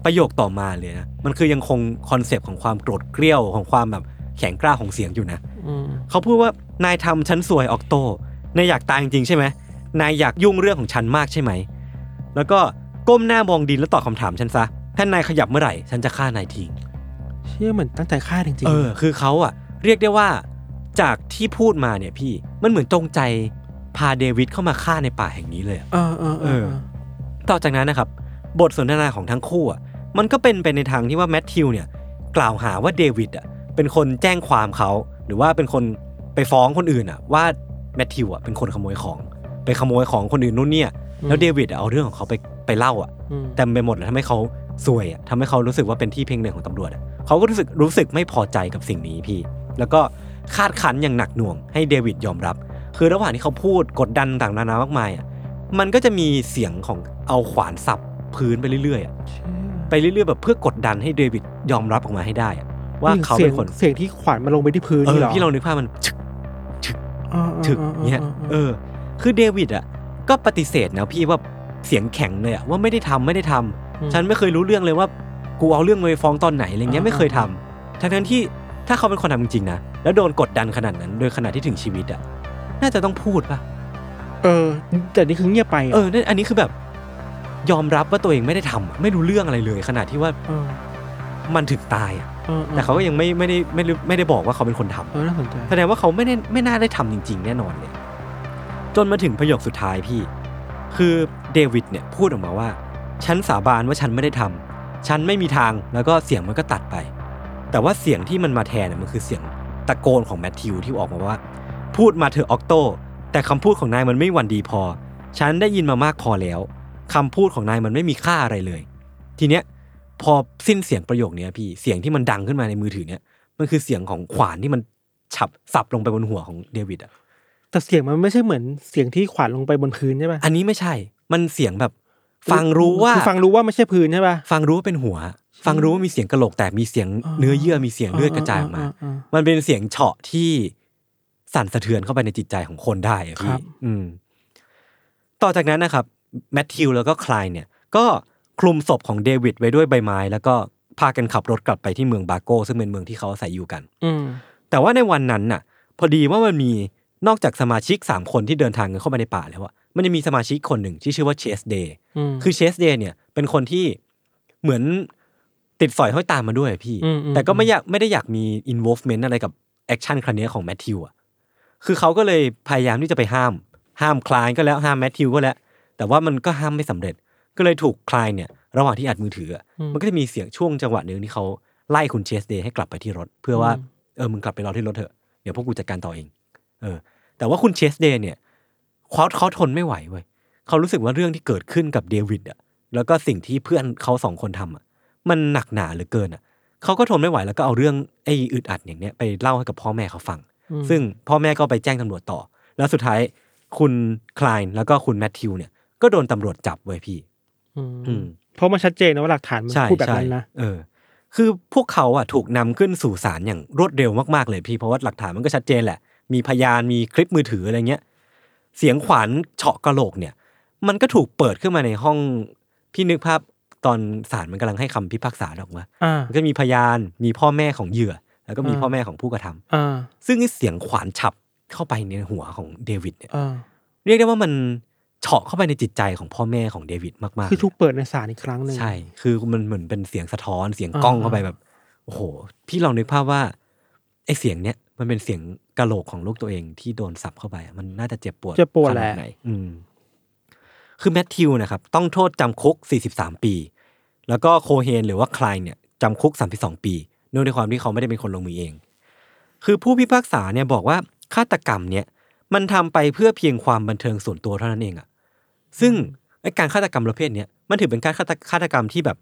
ประโยคต่อมาเลยนะ มันคือยังคงคอนเซปต์ของความโกรธเกรี้ยวของความแบบแข็งกล้าของเสียงอยู่นะ อืม เขาพูดว่านายทำฉันสวยออกโต นายอยากตายจริงๆใช่ไหม นายอยากยุ่งเรื่องของฉันมากใช่ไหม แล้วก็ก้มหน้ามองดินแล้วตอบคำถามฉันซะ ถ้านายขยับเมื่อไหร่ฉันจะฆ่านายทิ้ง เชื่อเหมือนตั้งใจฆ่าจริง เออ คือเขาอะเรียกได้ว่าจากที่พูดมาเนี่ยพี่ มันเหมือนจงใจพาเดวิดเข้ามาฆ่าในป่าแห่งนี้เลยอะ ๆเออเออเออเออ ต่อจากนั้นนะครับ บทสนทนาของทั้งคู่อ่ะมันก็เป็นไปในทางที่ว่าแมทธิวเนี่ยกล่าวหาว่าเดวิดอ่ะเป็นคนแจ้งความเขา หรือว่าเป็นคนไปฟ้องคนอื่นอ่ะว่าแมทธิวอ่ะเป็นคนขโมยของ ไปขโมยของคนอื่นนู่นเนี่ย อืม แล้วเดวิดอะเอาเรื่องของเขาไปไปเล่าอ่ะ อืม เต็มไปหมดเลยทำให้เขาซวยอ่ะทำให้เขารู้สึกว่าเป็นที่เพ่งเล็งของตำรวจอ่ะเขาก็รู้สึกรู้สึกไม่พอใจกับสิ่งนี้พี่ แล้วก็คาดคั้นอย่างหนักหน่วงให้เดวิดยอมรับ คือระหว่างที่เขาพูดกดดันต่างๆนานามากมายอ่ะ มันก็จะมีเสียงของเอาขวานสับพื้นไปเรื่อยๆอะ เชี่ย ไปเรื่อยๆแบบเพื่อกดดันให้เดวิดยอมรับออกมาให้ได้อะว่าเขาเป็นคน เสียงที่ขวานมาลงไปที่พื้น เอ นี่ อ หรอ พี่ลองนึกภาพมันชึก อ่าอ่า ถึก อ่า เนี่ย อ่า เออ คือเดวิดอ่ะก็ปฏิเสธนะพี่ว่าเสียงแข็งเลยอ่ะว่าไม่ได้ทำไม่ได้ทำ ม ฉันไม่เคยรู้เรื่องเลยว่ากูเอาเรื่องมาไปฟ้องตอนไหนอะไรเงี้ย อ่า ไม่เคยทำทั้งทั้งๆที่ถ้าเขาเป็นคนทำจริงๆนะแล้วโดนกดดันขนาดนั้น โดยขนาดที่ถึงชีวิตอ่ะน่าจะต้องพูดป่ะ เออ แต่นี่คือเงียบไปะ เออนั่นอันนี้คือแบบยอมรับว่าตัวเองไม่ได้ทำอะไม่รู้เรื่องอะไรเลยขนาดที่ว่า เออ มันถึงตายอะ เออออ แต่เขาก็ยังไม่ไม่ได้ไม่ได้ไม่ได้บอกว่าเขาเป็นคนทำ เออน่าสนใจ แสดงว่าเขาไม่ได้ไม่น่าได้ทำจริง ๆ แน่นอนเลย จนมาถึงประโยคสุดท้ายพี่ คือเดวิดเนี่ยพูดออกมาว่า ฉันสาบานว่าฉันไม่ได้ทำฉันไม่มีทางแล้วก็เสียงมันก็ตัดไป แต่ว่าเสียงที่มันมาแทนน่ะมันคือเสียงตะโกนของแมทธิวที่ออกมาว่า พูดมาเถอะออกโต แต่คำพูดของนายมันไม่หวันดีพอ ฉันได้ยินมามากพอแล้วคำพูดของนายมันไม่มีค่าอะไรเลย ทีเนี้ยพอสิ้นเสียงประโยคเนี้ยพี่เสียงที่มันดังขึ้นมาในมือถือเนี้ยมันคือเสียงของขวานที่มันฉับสับลงไปบนหัวของเดวิดอ่ะ แต่เสียงมันไม่ใช่เหมือนเสียงที่ขวานลงไปบนพื้นใช่ป่ะ อันนี้ไม่ใช่มันเสียงแบบฟังรู้ว่า คือฟังรู้ว่าไม่ใช่พื้นใช่ป่ะ ฟังรู้ว่าเป็นหัว ฟังรู้ว่ามีเสียงกระโหลกแต่มีเสียง อ่า เนื้อเยื่อมีเสียงเลือดกระจายออกมา มันเป็นเสียงเฉาะที่สั่นสะเทือนเข้าไปในจิตใจของคนได้อะ ค พี่ รับ อืม ต่อจากนั้นนะครับแมทธิวแล้วก็คลายเนี่ย ก็คลุมศพของเดวิดไว้ด้วยใบไม้ แล้วก็พากันขับรถกลับไปที่เมืองบาโกซึ่งเป็นเมืองที่เขาอาศัยอยู่กัน อืม แต่ว่าในวันนั้นน่ะ พอดีว่ามันมีนอกจากสมาชิกสามคนที่เดินทางกันเข้าไปในป่าแล้วอะมันจะมีสมาชิกคนหนึ่งที่ชื่อว่าเชสเดย์ อืม คือเชสเดย์เนี่ยเป็นคนที่เหมือนติดสอยห้อยตามมาด้วยอะพี่ อืมอืม แต่ก็ไม่อยากไม่ได้อยากมี involvement อะไรกับแอคชั่นครั้งเนี้ยของแมทธิวอ่ะคือเขาก็เลยพยายามที่จะไปห้าม ห้ามคลายก็แล้วห้ามแมทธิวก็แล้ว แต่ว่ามันก็ห้ามไม่สำเร็จ ก็เลยถูกคลายเนี่ยระหว่างที่อัดมือถืออะมันก็จะมีเสียงช่วงจังหวะหนึ่งที่เขาไล่คุณเชสเดย์ให้กลับไปที่รถ เพื่อว่าเออมึงกลับไปรอที่รถเถอะเดี๋ยวพวกกูจัดการต่อเอง เออ แต่ว่าคุณเชสเดย์เนี่ยเขาเขาทนไม่ไหวเว้ย เขารู้สึกว่าเรื่องที่เกิดขึ้นกับเดวิดอ่ะ แล้วก็สิ่งที่เพื่อนเขาสองคนทำอ่ะ มันหนักหนาเหลือเกินอ่ะ เขาก็ทนไม่ไหวแล้วก็เอาเรื่องไอ้อึดอัดอย่างเนี้ยไปเล่าให้กับพ่อแม่เขาฟัง อืม ซึ่งพ่อแม่ก็ไปแจ้งตำรวจต่อ แล้วสุดท้ายคุณคลายน์แล้วก็คุณแมทธิวเนี่ย ก็โดนตำรวจจับเว้ยพี่ อืม อืม เพราะมันชัดเจนนะว่าหลักฐานมัน ใช่ พูดแบบ ใช่ นั้นนะ เออ คือพวกเขาอ่ะถูกนำขึ้นสู่ศาลอย่างรวดเร็วมากๆเลยพี่ เพราะว่าหลักฐานมันก็ชัดเจนแหละ มีพยานมีคลิปมือถืออะไรเงี้ย เสียงขวานเฉาะกระโหลกเนี่ย มันก็ถูกเปิดขึ้นมาในห้อง พี่นึกภาพตอนศาลมันกำลังให้คำพิพากษาออกมา อ่า มันก็มีพยานมีพ่อแม่ของเหยื่อ แล้วก็มี อ่า พ่อแม่ของผู้กระทำ อ่า ซึ่งไอ้เสียงขวานฉับ เข้าไปในหัวของเดวิดเนี่ย เออ เรียกได้ว่ามันเฉาะเข้าไปในจิตใจของพ่อแม่ของเดวิดมากๆ คือถูกเปิดในศาลอีกครั้งหนึ่ง ใช่ คือมันเหมือนเป็นเสียงสะท้อนเสียงกล้อง อ่า เข้าไปแบบโอ้โห พี่ลองนึกภาพว่าไอ้เสียงเนี้ยมันเป็นเสียงกะโหลกของลูกตัวเองที่โดนสับเข้าไปอะมันน่าจะเจ็บปวด เจะปวดแห ขา ละ นาไหน อืมคือแมทธิวนะครับ ต้องโทษจำคุก 43 ปี แล้วก็โคเฮนหรือว่าคลายเนี่ยจำคุก 32 ปี เนื่องด้วยความที่เขาไม่ได้เป็นคนลงมือเอง คือผู้พิพากษาเนี่ยบอกว่าฆาตกรรมเนี่ย มันทำไปเพื่อเพียงความบันเทิงส่วนตัวเท่านั้นเองอะซึ่งไอ้การฆาตกรรมประเภทเนี้ยมันถือเป็นการฆาตฆาตกรรมที่แบบ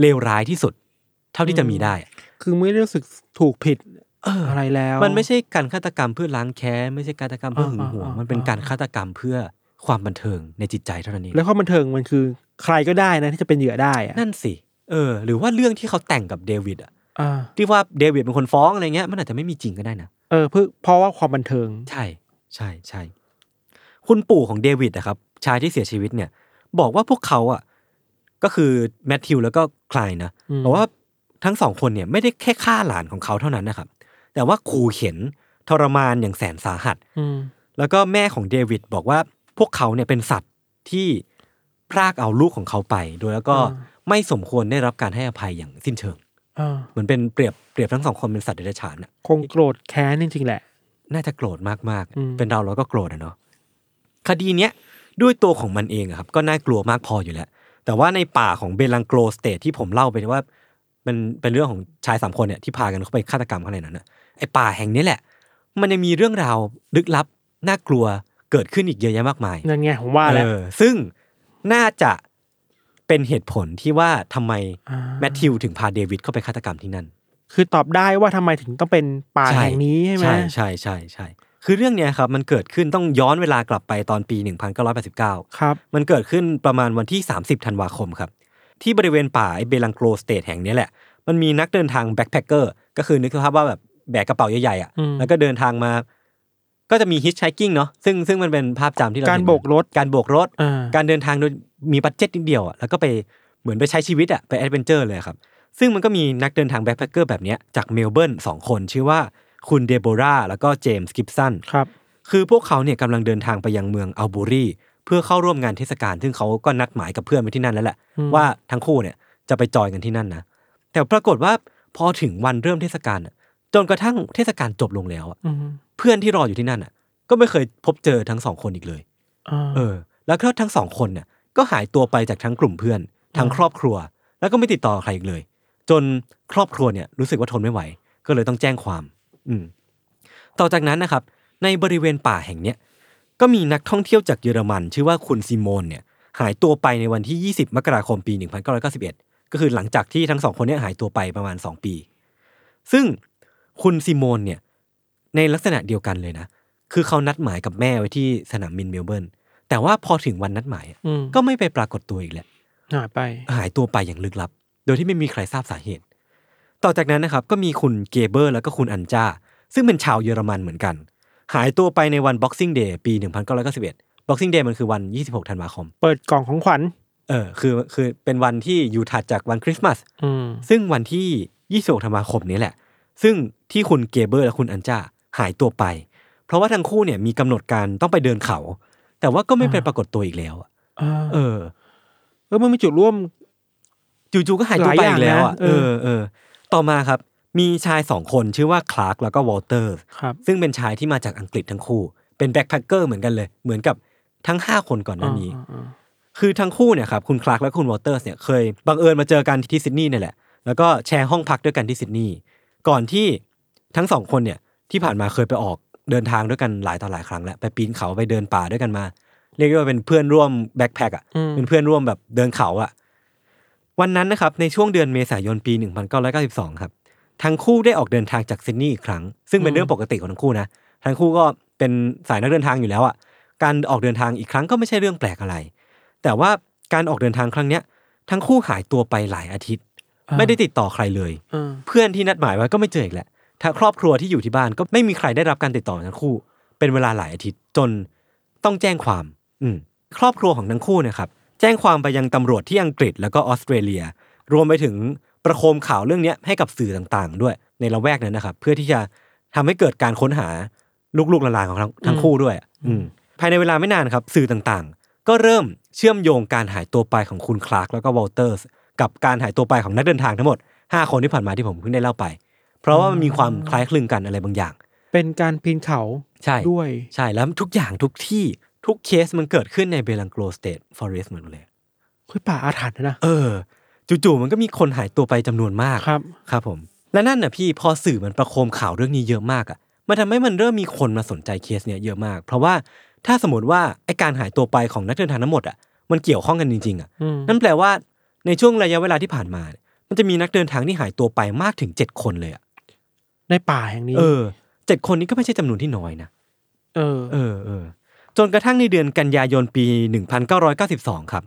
เลวร้ายที่สุด เท่าที่จะมีได้อะ คือไม่ได้รู้สึกถูกผิด เออ อะไรแล้ว มันไม่ใช่การฆาตกรรมเพื่อล้างแค้นไม่ใช่การฆาตกรรมเพื่อหึงหวง อ่าอ่าอ่ามั มันเป็นการฆาตกรรมเพื่อความบันเทิงในจิตใจเท่านั้นเอง แล้วข้อบันเทิงมันคือใครก็ได้นะที่จะเป็นเหยื่อได้อะ นั่นสิเออ หรือว่าเรื่องที่เขาแต่งกับเดวิดอะ อ่า ที่ว่าเดวิดเป็นคนฟ้องอะไรเงี้ยมันอาจจะไม่มีจริงก็ได้นะ เออเพื่อเพราะว่าความบันเทิง ใช่ใช่ใช่ คุณปู่ของเดวิดนะครับ ชายที่เสียชีวิตเนี่ย บอกว่าพวกเขาอ่ะก็คือแมทธิวแล้วก็คลายนะ อืม บอกว่าทั้งสองคนเนี่ยไม่ได้แค่ฆ่าหลานของเขาเท่านั้นนะครับ แต่ว่าขู่เข็นทรมานอย่างแสนสาหัส อืม แล้วก็แม่ของเดวิดบอกว่าพวกเขาเนี่ยเป็นสัตว์ที่พรากเอาลูกของเขาไป โดยแล้วก็ไม่สมควรได้รับการให้อภัยอย่างสิ้นเชิง อ่า เหมือนเป็นเปรียบเปรียบทั้งสองคนเป็นสัตว์เดรัจฉานอะ คงโกรธแค้นจริงๆแหละ น่าจะโกรธมาก อืม ๆ เป็นเราเราก็โกรธอะเนาะ คดีเนี้ยด้วยตัวของมันเองอะครับ ก็น่ากลัวมากพออยู่แล้ว แต่ว่าในป่าของเบลังโกลสเตทที่ผมเล่าไปว่า มันเป็นเรื่องของชายสามคนเนี่ยที่พากันเข้าไปฆาตกรรมข้างในนั้นอะไอป่าแห่งนี้แหละ มันยังมีเรื่องราวลึกลับน่ากลัวเกิดขึ้นอีกเยอะแยะมากมาย นั่นไงผมว่าแล้ว เออซึ่งน่าจะเป็นเหตุผลที่ว่าทำไม า แมทธิวถึงพาเดวิดเข้าไปฆาตกรรมที่นั่น คือตอบได้ว่าทำไมถึงต้องเป็นป่า ใช่ แห่งนี้ใช่ไหม ใช่ใช่ใช่ใช่ คือเรื่องเนี้ยครับมันเกิดขึ้นต้องย้อนเวลากลับไปตอนปี 1989 ครับ มันเกิดขึ้นประมาณวันที่ 30 ธันวาคมครับ ที่บริเวณป่าไอ้เบลังโกลสเตทแห่งเนี้ยแหละ มันมีนักเดินทางแบ็คแพคเกอร์ก็คือนึกสภาพว่าแบบแบกกระเป๋าใหญ่ๆอ่ะ อืม แล้วก็เดินทางมา ก็จะมีฮิ t ไชกิ้งเนาะซึ่งซึ่งมันเป็นภาพจำที่เรา การ เห็น โบกรถ การโบกรถ อ่า การเดินทางโดยมีบัตเจ็ตนิดเดียวอ่ะแล้วก็ไปเหมือนไปใช้ชีวิตอ่ะไปแอดเวนเจอร์เลยครับ ซึ่งมันก็มีนักเดินทางแบ็คแพคเกอร์แบบเนี้ยจากเมลเบิร์นสองคนชื่อว่าคุณเดโบราแล้วก็เจมส์กิบสัน ครับ คือพวกเขาเนี่ยกำลังเดินทางไปยังเมืองอัลบูรีเพื่อเข้าร่วมงานเทศกาล ซึ่งเขาก็นัดหมายกับเพื่อนไว้ที่นั่นแล้วแหละ อืม ว่าทั้งคู่เนี่ยจะไปจอยกันที่นั่นนะ แต่ปรากฏว่าพอถึงวันเริ่มเทศกาลอะจนกระทั่งเทศกาลจบลงแล้วอะ อืม เพื่อนที่รออยู่ที่นั่นอ่ะก็ไม่เคยพบเจอทั้งสองคนอีกเลย อ่า เออแล้วก็ทั้งสองคนเนี่ยก็หายตัวไปจากทั้งกลุ่มเพื่อน ทั้งครอบครัว แล้วก็ไม่ติดต่อใครอีกเลย จนครอบครัวเนี่ยรู้สึกว่าทนไม่ไหว ก็เลยต้องแจ้งความ อืมต่อจากนั้นนะครับ ในบริเวณป่าแห่งเนี้ยก็มีนักท่องเที่ยวจากเยอรมัน ชื่อว่าคุณซิโมนเนี่ย หายตัวไปในวันที่ 20 มกราคมปี 1991 ก็คือหลังจากที่ทั้งสองคนเนี้หายตัวไปประมาณ 2 ปี ซึ่งคุณซิโมนเนี่ยในลักษณะเดียวกันเลยนะ คือเขานัดหมายกับแม่ไว้ที่สนามบินเมลเบิร์น แต่ว่าพอถึงวันนัดหมายอะ อืม ก็ไม่ไปปรากฏตัวอีกแหละ หายไป หายตัวไปอย่างลึกลับ โดยที่ไม่มีใครทราบสาเหตุ ต่อจากนั้นนะครับ ก็มีคุณเกเบอร์แล้วก็คุณอันจ้า ซึ่งเป็นชาวเยอรมันเหมือนกัน หายตัวไปในวัน Boxing Day ปี 1991 Boxing Day มันคือวัน 26 ธันวาคม เปิดกล่องของขวัญ เออคือคือเป็นวันที่อยู่ถัดจากวันคริสต์มาส อืม ซึ่งวันที่ 26 ธันวาคมนี้แหละ ซึ่งที่คุณเกเบอร์และคุณอันจ้าหายตัวไป เพราะว่าทั้งคู่เนี่ยมีกำหนดการต้องไปเดินเขา แต่ว่าก็ไม่ไปปรากฏตัวอีกแล้วอะ เออ เออ เออมันมีจุดร่วม จู่ๆก็หายตัวไปอีกแล้วอ่ะ หลายอย่างนะเอ เอ อ อเออ ต่อมาครับ มีชายสองคนชื่อว่าคลาร์กแล้วก็วอลเตอร์ ครับ ซึ่งเป็นชายที่มาจากอังกฤษทั้งคู่ เป็นแบ็คแพคเกอร์เหมือนกันเลย เหมือนกับทั้ง 5 คนก่อนหน้านี้ คือทั้งคู่เนี่ยครับคุณคลาร์กและคุณวอลเตอร์สเนี่ยเคยบังเอิญมาเจอกันที่ซิดนีย์เนี่ยแหละ แล้วก็แชร์ห้องพักด้วยกันที่ซิดนีย์ก่อนที่ทั้งสองคนเนี่ยที่ผ่านมาเคยไปออกเดินทางด้วยกันหลายต่อหลายครั้งแล้วไปปีนเขาไปเดินป่าด้วยกันมา เรียกได้ว่าเป็นเพื่อนร่วมแบ็คแพคอ่ะ อืม เป็นเพื่อนร่วมแบบเดินเขาอ่ะวันนั้นนะครับในช่วงเดือนเมษายนปี 1992 ครับ ทั้งคู่ได้ออกเดินทางจากซิดนีย์อีกครั้ง ซึ่งเป็นเรื่องปกติของทั้งคู่นะทั้งคู่ก็เป็นสายนักเดินทางอยู่แล้วอ่ะการออกเดินทางอีกครั้งก็ไม่ใช่เรื่องแปลกอะไร แต่ว่าการออกเดินทางครั้งเนี้ย ทั้งคู่หายตัวไปหลายอาทิตย์ ไม่ได้ติดต่อใครเลย เออ เพื่อนที่นัดหมายไว้ก็ไม่เจออีกแหละถ้าครอบครัวที่อยู่ที่บ้านก็ไม่มีใครได้รับการติดต่อทั้งคู่ เป็นเวลาหลายอาทิตย์จนต้องแจ้งความ อืมครอบครัวของทั้งคู่เนะครับ แจ้งความไปยังตำรวจที่อังกฤษแล้วก็ออสเตรเลีย รวมไปถึงประโคมข่าวเรื่องเนี้ยให้กับสื่อต่างๆ ด้วยในละแวกนั้นนะครับ เพื่อที่จะทำให้เกิดการค้นหา ลูกๆหลานๆของทั้งทั้ง อืม คู่ด้วยอะอืมภายในเวลาไม่นานครับ สื่อต่างๆ ก็เริ่มเชื่อมโยงการหายตัวไปของคุณคลาร์กแล้วก็วอลเตอร์สกับการหายตัวไปของนักเดินทางทั้งหมด 5 คนที่ผ่านมาที่ผมเพิ่งได้เล่าไป เพราะว่ามันมีความคล้ายคลึงกันอะไรบางอย่าง เป็นการปีนเขา ใช่ ด้วย ใช่ แล้วทุกอย่างทุกที่ทุกเคสมันเกิดขึ้นในเบลังโกลสเตทฟอเรสต์หมดเลย คือป่าอาถรรพ์นะ เออ จู่ๆมันก็มีคนหายตัวไปจำนวนมาก ครับ ครับผม และนั่นน่ะพี่พอสื่อมันประโคมข่าวเรื่องนี้เยอะมากอะ่ะ มันทำให้มันเริ่มมีคนมาสนใจเคสเนี่ยเยอะมาก เพราะว่าถ้าสมมติว่าไอการหายตัวไปของนักเดินทางทั้งหมดอะ่ะมันเกี่ยวข้องกันจริงๆอะ่ะ อืม นั่นแปลว่าในช่วงระยะเวลาที่ผ่านมา มันจะมีนักเดินทางที่หายตัวไปมากถึงเจ็ดคนเลยอะ่ะ ในป่าแห่งนี้ เออเจ็ดคนนี้ก็ไม่ใช่จำนวนที่น้อยนะ เออ เออเออจนกระทั่งในเดือนกันยายนปี 1992 ครับ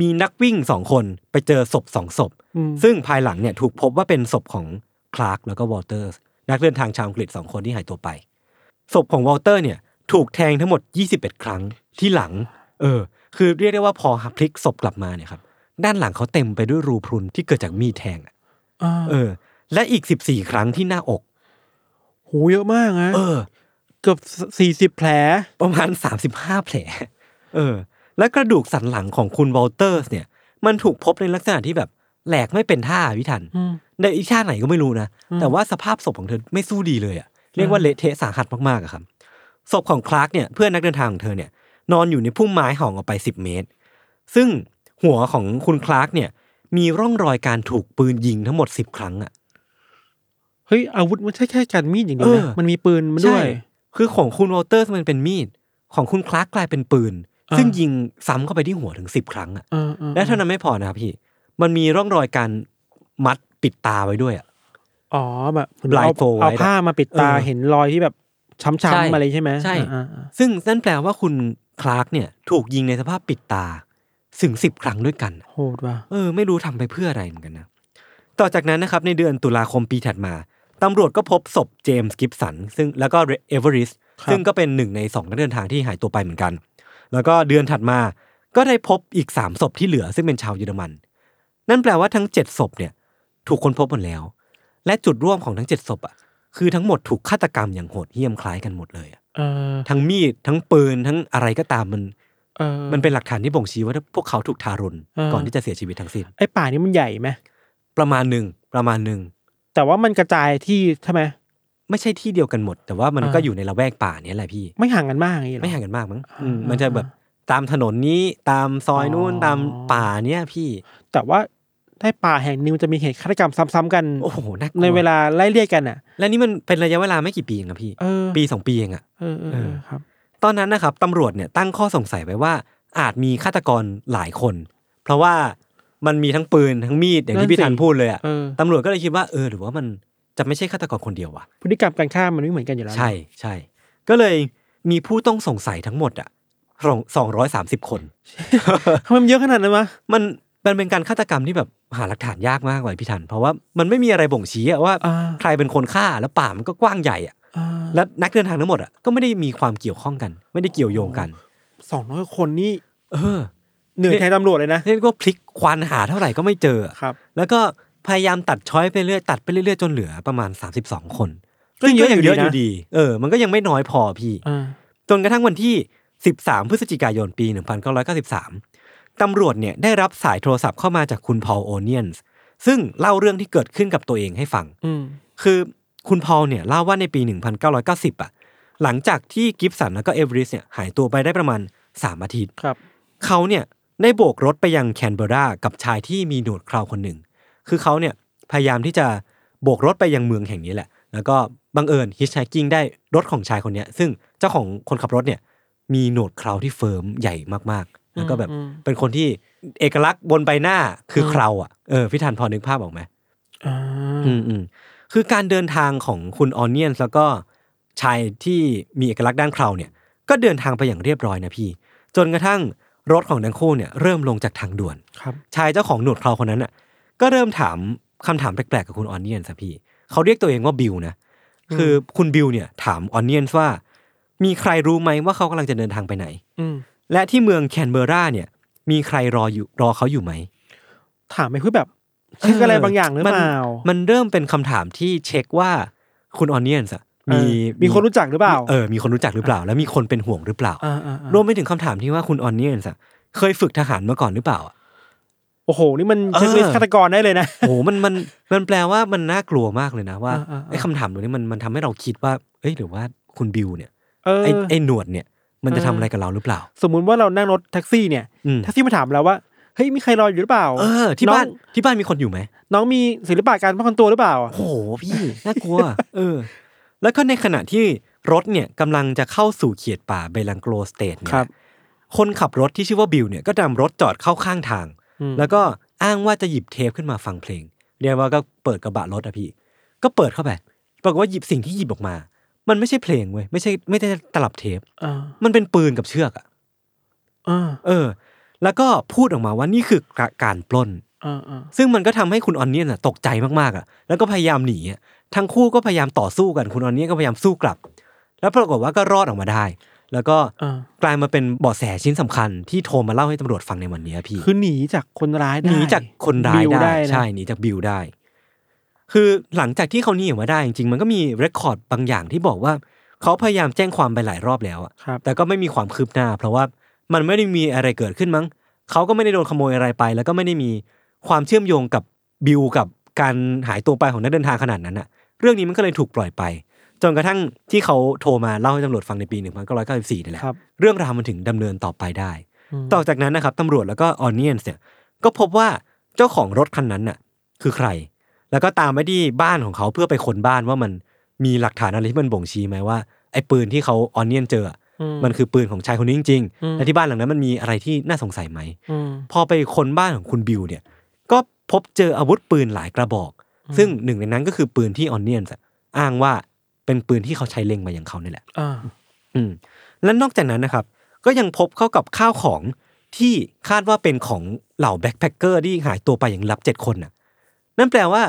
มีนักวิ่งสองคนไปเจอศพสองศพ อืม ซึ่งภายหลังเนี่ยถูกพบว่าเป็นศพของคลาร์กแล้วก็วอลเตอร์สนักเดินทางชาวอังกฤษสองคนที่หายตัวไป ศพของวอลเตอร์เนี่ยถูกแทงทั้งหมด 21 ครั้งที่หลัง เออ คือเรียกได้ว่าพอพลิกศพกลับมาเนี่ยครับ ด้านหลังเขาเต็มไปด้วยรูพรุนที่เกิดจากมีดแทงอะ อ่า เออ และอีก 14 ครั้งที่หน้าอก โหเยอะมากนะ เออ เกือบสี่สิบ40 แผล ประมาณ 35 แผล เออ และกระดูกสันหลังของคุณวอลเตอร์สเนี่ย มันถูกพบในลักษณะที่แบบแหลกไม่เป็นท่าพิทัน อืม ในอีกชาติไหนก็ไม่รู้นะ อืม แต่ว่าสภาพศพของเธอไม่สู้ดีเลยอะเรียกว่าเละเทะสาหัสมากๆอะครับ ศพของคลาร์กเนี่ยเพื่อนนักเดินทางของเธอเนี่ย นอนอยู่ในพุ่มไม้ห่องออกไป 10 เมตร ซึ่งหัวของคุณคลาร์กเนี่ย มีร่องรอยการถูกปืนยิงทั้งหมด 10 ครั้งอะ เฮ้ย อาวุธมันใช่แค่การมีดอย่างเดียวนะ เออ มันมีปืนมันด้วย ใช่คือของคุณวอลเตอร์สมันเป็นมีด ของคุณคลาร์กกลายเป็นปืน อ่า ซึ่งยิงซ้ำเข้าไปที่หัวถึงสิบครั้งอ่ะ เออเออ และเท่านั้นไม่พอนะครับพี่ มันมีร่องรอยการมัดปิดตาไว้ด้วยอ่ะ อ๋อแบบเหมือน blindfold เอาเอา ไว้นะ ผ้ามาปิดตา เออ เห็นรอยที่แบบช้ำ ใช่ ๆอะไรใช่ไหม ใช่ อ่าอ่า ซึ่งนั่นแปลว่าคุณคลาร์กเนี่ยถูกยิงในสภาพปิดตาถึงสิบครั้งด้วยกันอะ โหดว่ะ เออไม่รู้ทำไปเพื่ออะไรเหมือนกันนะ ต่อจากนั้นนะครับในเดือนตุลาคมปีถัดมาตำรวจก็พบศพเจมส์กิฟสัน ซึ่งแล้วก็เอเวอริสซึ่งก็เป็นหนึ่งในสองนักเดินทางที่หายตัวไปเหมือนกัน แล้วก็เดือนถัดมาก็ได้พบอีกสามศพที่เหลือซึ่งเป็นชาวเยอรมัน นั่นแปลว่าทั้งเจ็ดศพเนี่ย ถูกค้นพบหมดแล้ว และจุดร่วมของทั้งเจ็ดศพอ่ะคือทั้งหมดถูกฆาตกรรมอย่างโหดเหี้ยมคล้ายกันหมดเลยอะ เออ ทั้งมีดทั้งปืนทั้งอะไรก็ตามมัน เออ มันเป็นหลักฐานที่บ่งชี้ว่าพวกเขาถูกทารุณ เออ ก่อนที่จะเสียชีวิตทั้งสิ้น ไอ้ป่านี้มันใหญ่ไหม ประมาณหนึ่งประมาณหนึ่ง แต่ว่ามันกระจายที่ใช่ไหม ไม่ใช่ที่เดียวกันหมด แต่ว่ามัน อ่า ก็อยู่ในละแวกป่าเนี้ยแหละพี่ ไม่ห่างกันมากอย่างงี้เหรอ ไม่ห่างกันมากมั้งอืม อ่ามั มันจะแบบตามถนนนี้ตามซอยนู้น อ๋อ ตามป่าเนี้ยพี่ แต่ว่าได้ป่าแห่งหนึงมันจะมีเหตุฆาตกรรมซ้ำๆกัน โอ้โหน่ากลั ในเวลาไล่เลี่ยกันอ่ะ และนี่มันเป็นระยะเวลาไม่กี่ปีเองอะพี่ เออ ปีสองปีเองอะ เออเออเออครับ ตอนนั้นนะครับตำรวจเนี่ยตั้งข้อสงสัยไว้ว่า อาจมีฆาตกรหลายคน เพราะว่ามันมีทั้งปืนทั้งมีดอย่างที่ นั่นสิ พี่ธันพูดเลยอะ เออ ตำรวจก็เลยคิดว่าเออหรือว่ามันจะไม่ใช่ฆาตกรคนเดียววะ พฤติกรรมการฆ่ามันไม่เหมือนกันอยู่แล้วนะ ใช่ใช่ ก็เลยมีผู้ต้องสงสัยทั้งหมดอ่ะสองร้อยสามสิบคน ทำไมมันเยอะขนาดนั้นวะ มันมันเป็นการฆาตกรรมที่แบบหาหลักฐานยากมากเลยพี่ทัน เพราะว่ามันไม่มีอะไรบ่งชี้อะว่า อ่า ใครเป็นคนฆ่าแล้วป่ามันก็กว้างใหญ่อ่ะ อ่า และนักเดินทางทั้งหมดอ่ะก็ไม่ได้มีความเกี่ยวข้องกัน ไม่ได้เกี่ยวโยงกัน สองร้อยคนนี่ เออ เหนื่อยแทนตำรวจเลยนะ เรียกว่าพลิกควานหาเท่าไหร่ก็ไม่เจออะ ครับ แล้วก็พยายามตัดช้อยไปเรื่อยตัดไปเรื่อยจนเหลือประมาณ 32 คน ก็เยอะอยู่ดีนะ ซึ่งก็เออ มันก็ยังไม่น้อยพอพี่ อ่า จนกระทั่งวันที่ 13 พฤศจิกายน ปี 1993 ตำรวจเนี่ยได้รับสายโทรศัพท์เข้ามาจากคุณพอลโอเนียนส์ซึ่งเล่าเรื่องที่เกิดขึ้นกับตัวเองให้ฟัง อืม คือคุณพอลเนี่ยเล่าว่าในปี 1990 อ่ะ หลังจากที่กิฟสันแล้วก็เอเวอริสเนี่ยหายตัวไปได้ประมาณ 3 อาทิตย์ ครับ เขาเนี่ยได้โบกรถไปยังแคนเบอร์รากับชายที่มีหนวดเคราวคนหนึ่ง คือเขาเนี่ยพยายามที่จะโบกรถไปยังเมืองแห่งนี้แหละ แล้วก็บังเอิญฮิชไฮกิ้งได้รถของชายคนเนี้ย ซึ่งเจ้าของคนขับรถเนี่ยมีหนวดเคราวที่เฟิร์มใหญ่มากๆ แล้วก็แบบ อืมอืม เป็นคนที่เอกลักษณ์บนใบหน้าคือเคราวอ่ะ เออพี่ทันพอนึกภาพออกไหม อ่า อืมอืมคือการเดินทางของคุณออนเนียนแล้วก็ชายที่มีเอกลักษณ์ด้านเคราเนี่ย ก็เดินทางไปอย่างเรียบร้อยนะพี่ จนกระทั่งรถของทั้งคู่เนี่ยเริ่มลงจากทางด่วน ครับ ชายเจ้าของหนวดเคราคนนั้นอ่ะ ก็เริ่มถามคำถามแปลกๆกับคุณออนเนียนสะพี่เขาเรียกตัวเองว่าบิลนะ คือคุณบิลเนี่ยถามออนเนียนว่า มีใครรู้ไหมว่าเขากำลังจะเดินทางไปไหน อืม และที่เมืองแคนเบอร์ราเนี่ย มีใครรออยู่รอเขาอยู่ไหม ถามไปเพื่อแบบเช็คอะไรบางอย่างหรือเปล่า นนเริ่มเป็นคำถามที่เช็คว่าคุณออนเนียนส์ มี มีคนรู้จักหรือเปล่า เออมีคนรู้จักหรือเปล่า แล้วมีคนเป็นห่วงหรือเปล่า าๆๆ รวมไปถึงคำถามที่ว่าคุณออนเนียนส์อะเคยฝึกทหารมาก่อนหรือเปล่าอะ โอ้โห นี่มัน เออ เช็คลิสต์ฆาตกรได้เลยนะ โอ้โหมันมันมันแปลว่ามันน่ากลัวมากเลยนะว่า อ่าอ่าอ่า ไอ้คำถามตรงนี้มันมันทำให้เราคิดว่า เอ้ยหรือว่าคุณบิวเนี่ย เออ ไอ้ไอ้หนวดเนี่ย มันจะ เออ ทำอะไรกับเราหรือเปล่า สมมุติว่าเรานั่งรถแท็กซี่เนี่ย อืม แท็กซี่มาถามเราว่าเฮ้ยมีใครรออยู่หรือเปล่า เออ ที่บ้าน อง ที่บ้านมีคนอยู่ไหม น้องมีศิลปะการป้องกันตัวหรือเปล่า โอ้โหพี่ น่ากลัว เออ แล้วก็ในขณะที่รถเนี่ยกำลังจะเข้าสู่เขตป่าเบลังโกลสเตทเนี่ ครั ย บ คนขับรถที่ชื่อว่าบิวเนี่ยก็นำรถจอดเข้าข้างทาง อืม แล้วก็อ้างว่าจะหยิบเทปขึ้นมาฟังเพลง เรียกว่าก็เปิดกระบะรถอะพี่ ก็เปิดเข้าไปปรากฏว่าหยิบสิ่งที่หยิบออกมา มันไม่ใช่เพลงเว้ยไม่ใช่ไม่ใช่ตลับเทป อ่า มันเป็นปืนกับเชือกอะ อ่า เออ แล้วก็พูดออกมาว่านี่คือการปล้น อ่าอ่า ซึ่งมันก็ทำให้คุณออนเนียนอะตกใจมากๆอะแล้วก็พยายามหนีอะทั้งคู่ก็พยายามต่อสู้กันคุณออนเนียนก็พยายามสู้กลับ แล้วปรากฏว่าก็รอดออกมาได้ แล้วก็ อ่าก ลายมาเป็นเบาะแสชิ้นสำคัญที่โทรมาเล่าให้ตำรวจฟังในวันนี้พี่ คือหนีจากคนร้ายได้ หนีจากคนร้าย บิว ได้ นะ ใช่หนีจากบิวได้ คือหลังจากที่เขาหนีออกมาได้จริงๆมันก็มีเรคคอร์ดบางอย่างที่บอกว่า เขาพยายามแจ้งความไปหลายรอบแล้วอะ ครับ แต่ก็ไม่มีความคืบหน้า เพราะว่ามันไม่ได้มีอะไรเกิดขึ้นมั้งเขาก็ไม่ได้โดนขโมยอะไรไป แล้วก็ไม่ได้มีความเชื่อมโยงกับบิวกับการหายตัวไปของนักเดินทางขนาดนั้นอะเรื่องนี้มันก็เลยถูกปล่อยไป จนกระทั่งที่เขาโทรมาเล่าให้ตำรวจฟังในปี 1994นี่แหละ ครับ เรื่องราวมันถึงดำเนินต่อไปได้ ม ต่อจากนั้นนะครับตำรวจแล้วก็ออนเนียนเนี่ยก็พบว่าเจ้าของรถคันนั้นน่ะ คือใคร แล้วก็ตามไปที่บ้านของเขาเพื่อไปค้นบ้านว่ามันมีหลักฐานอะไรที่มันบ่งชี้ไหมว่าไอ้ปืนที่เขาออนเนียนเจออ่ะ อืม มันคือปืนของชายคนนี้จริง อืม ๆและที่บ้านหลังนั้นมันมีอะไรที่น่าสงสัยไหม ม พอไปค้นบ้านของคุณบิวเนี่ย ก็พบเจออาวุธปืนหลายกระบอก อืม ซึ่งหนึ่งในนั้นก็คือปืนที่ออนเนียนอ้างว่าเป็นปืนที่เขาใช้เล็งมาอย่างเขานี่แหละ อ่า อืมและนอกจากนั้นนะครับ ก็ยังพบเข้ากับข้าวของที่คาดว่าเป็นของเหล่าแบ็คแพคเกอร์ที่หายตัวไปอย่างลับเจ็ดคนน่ะ นั่นแปลว่า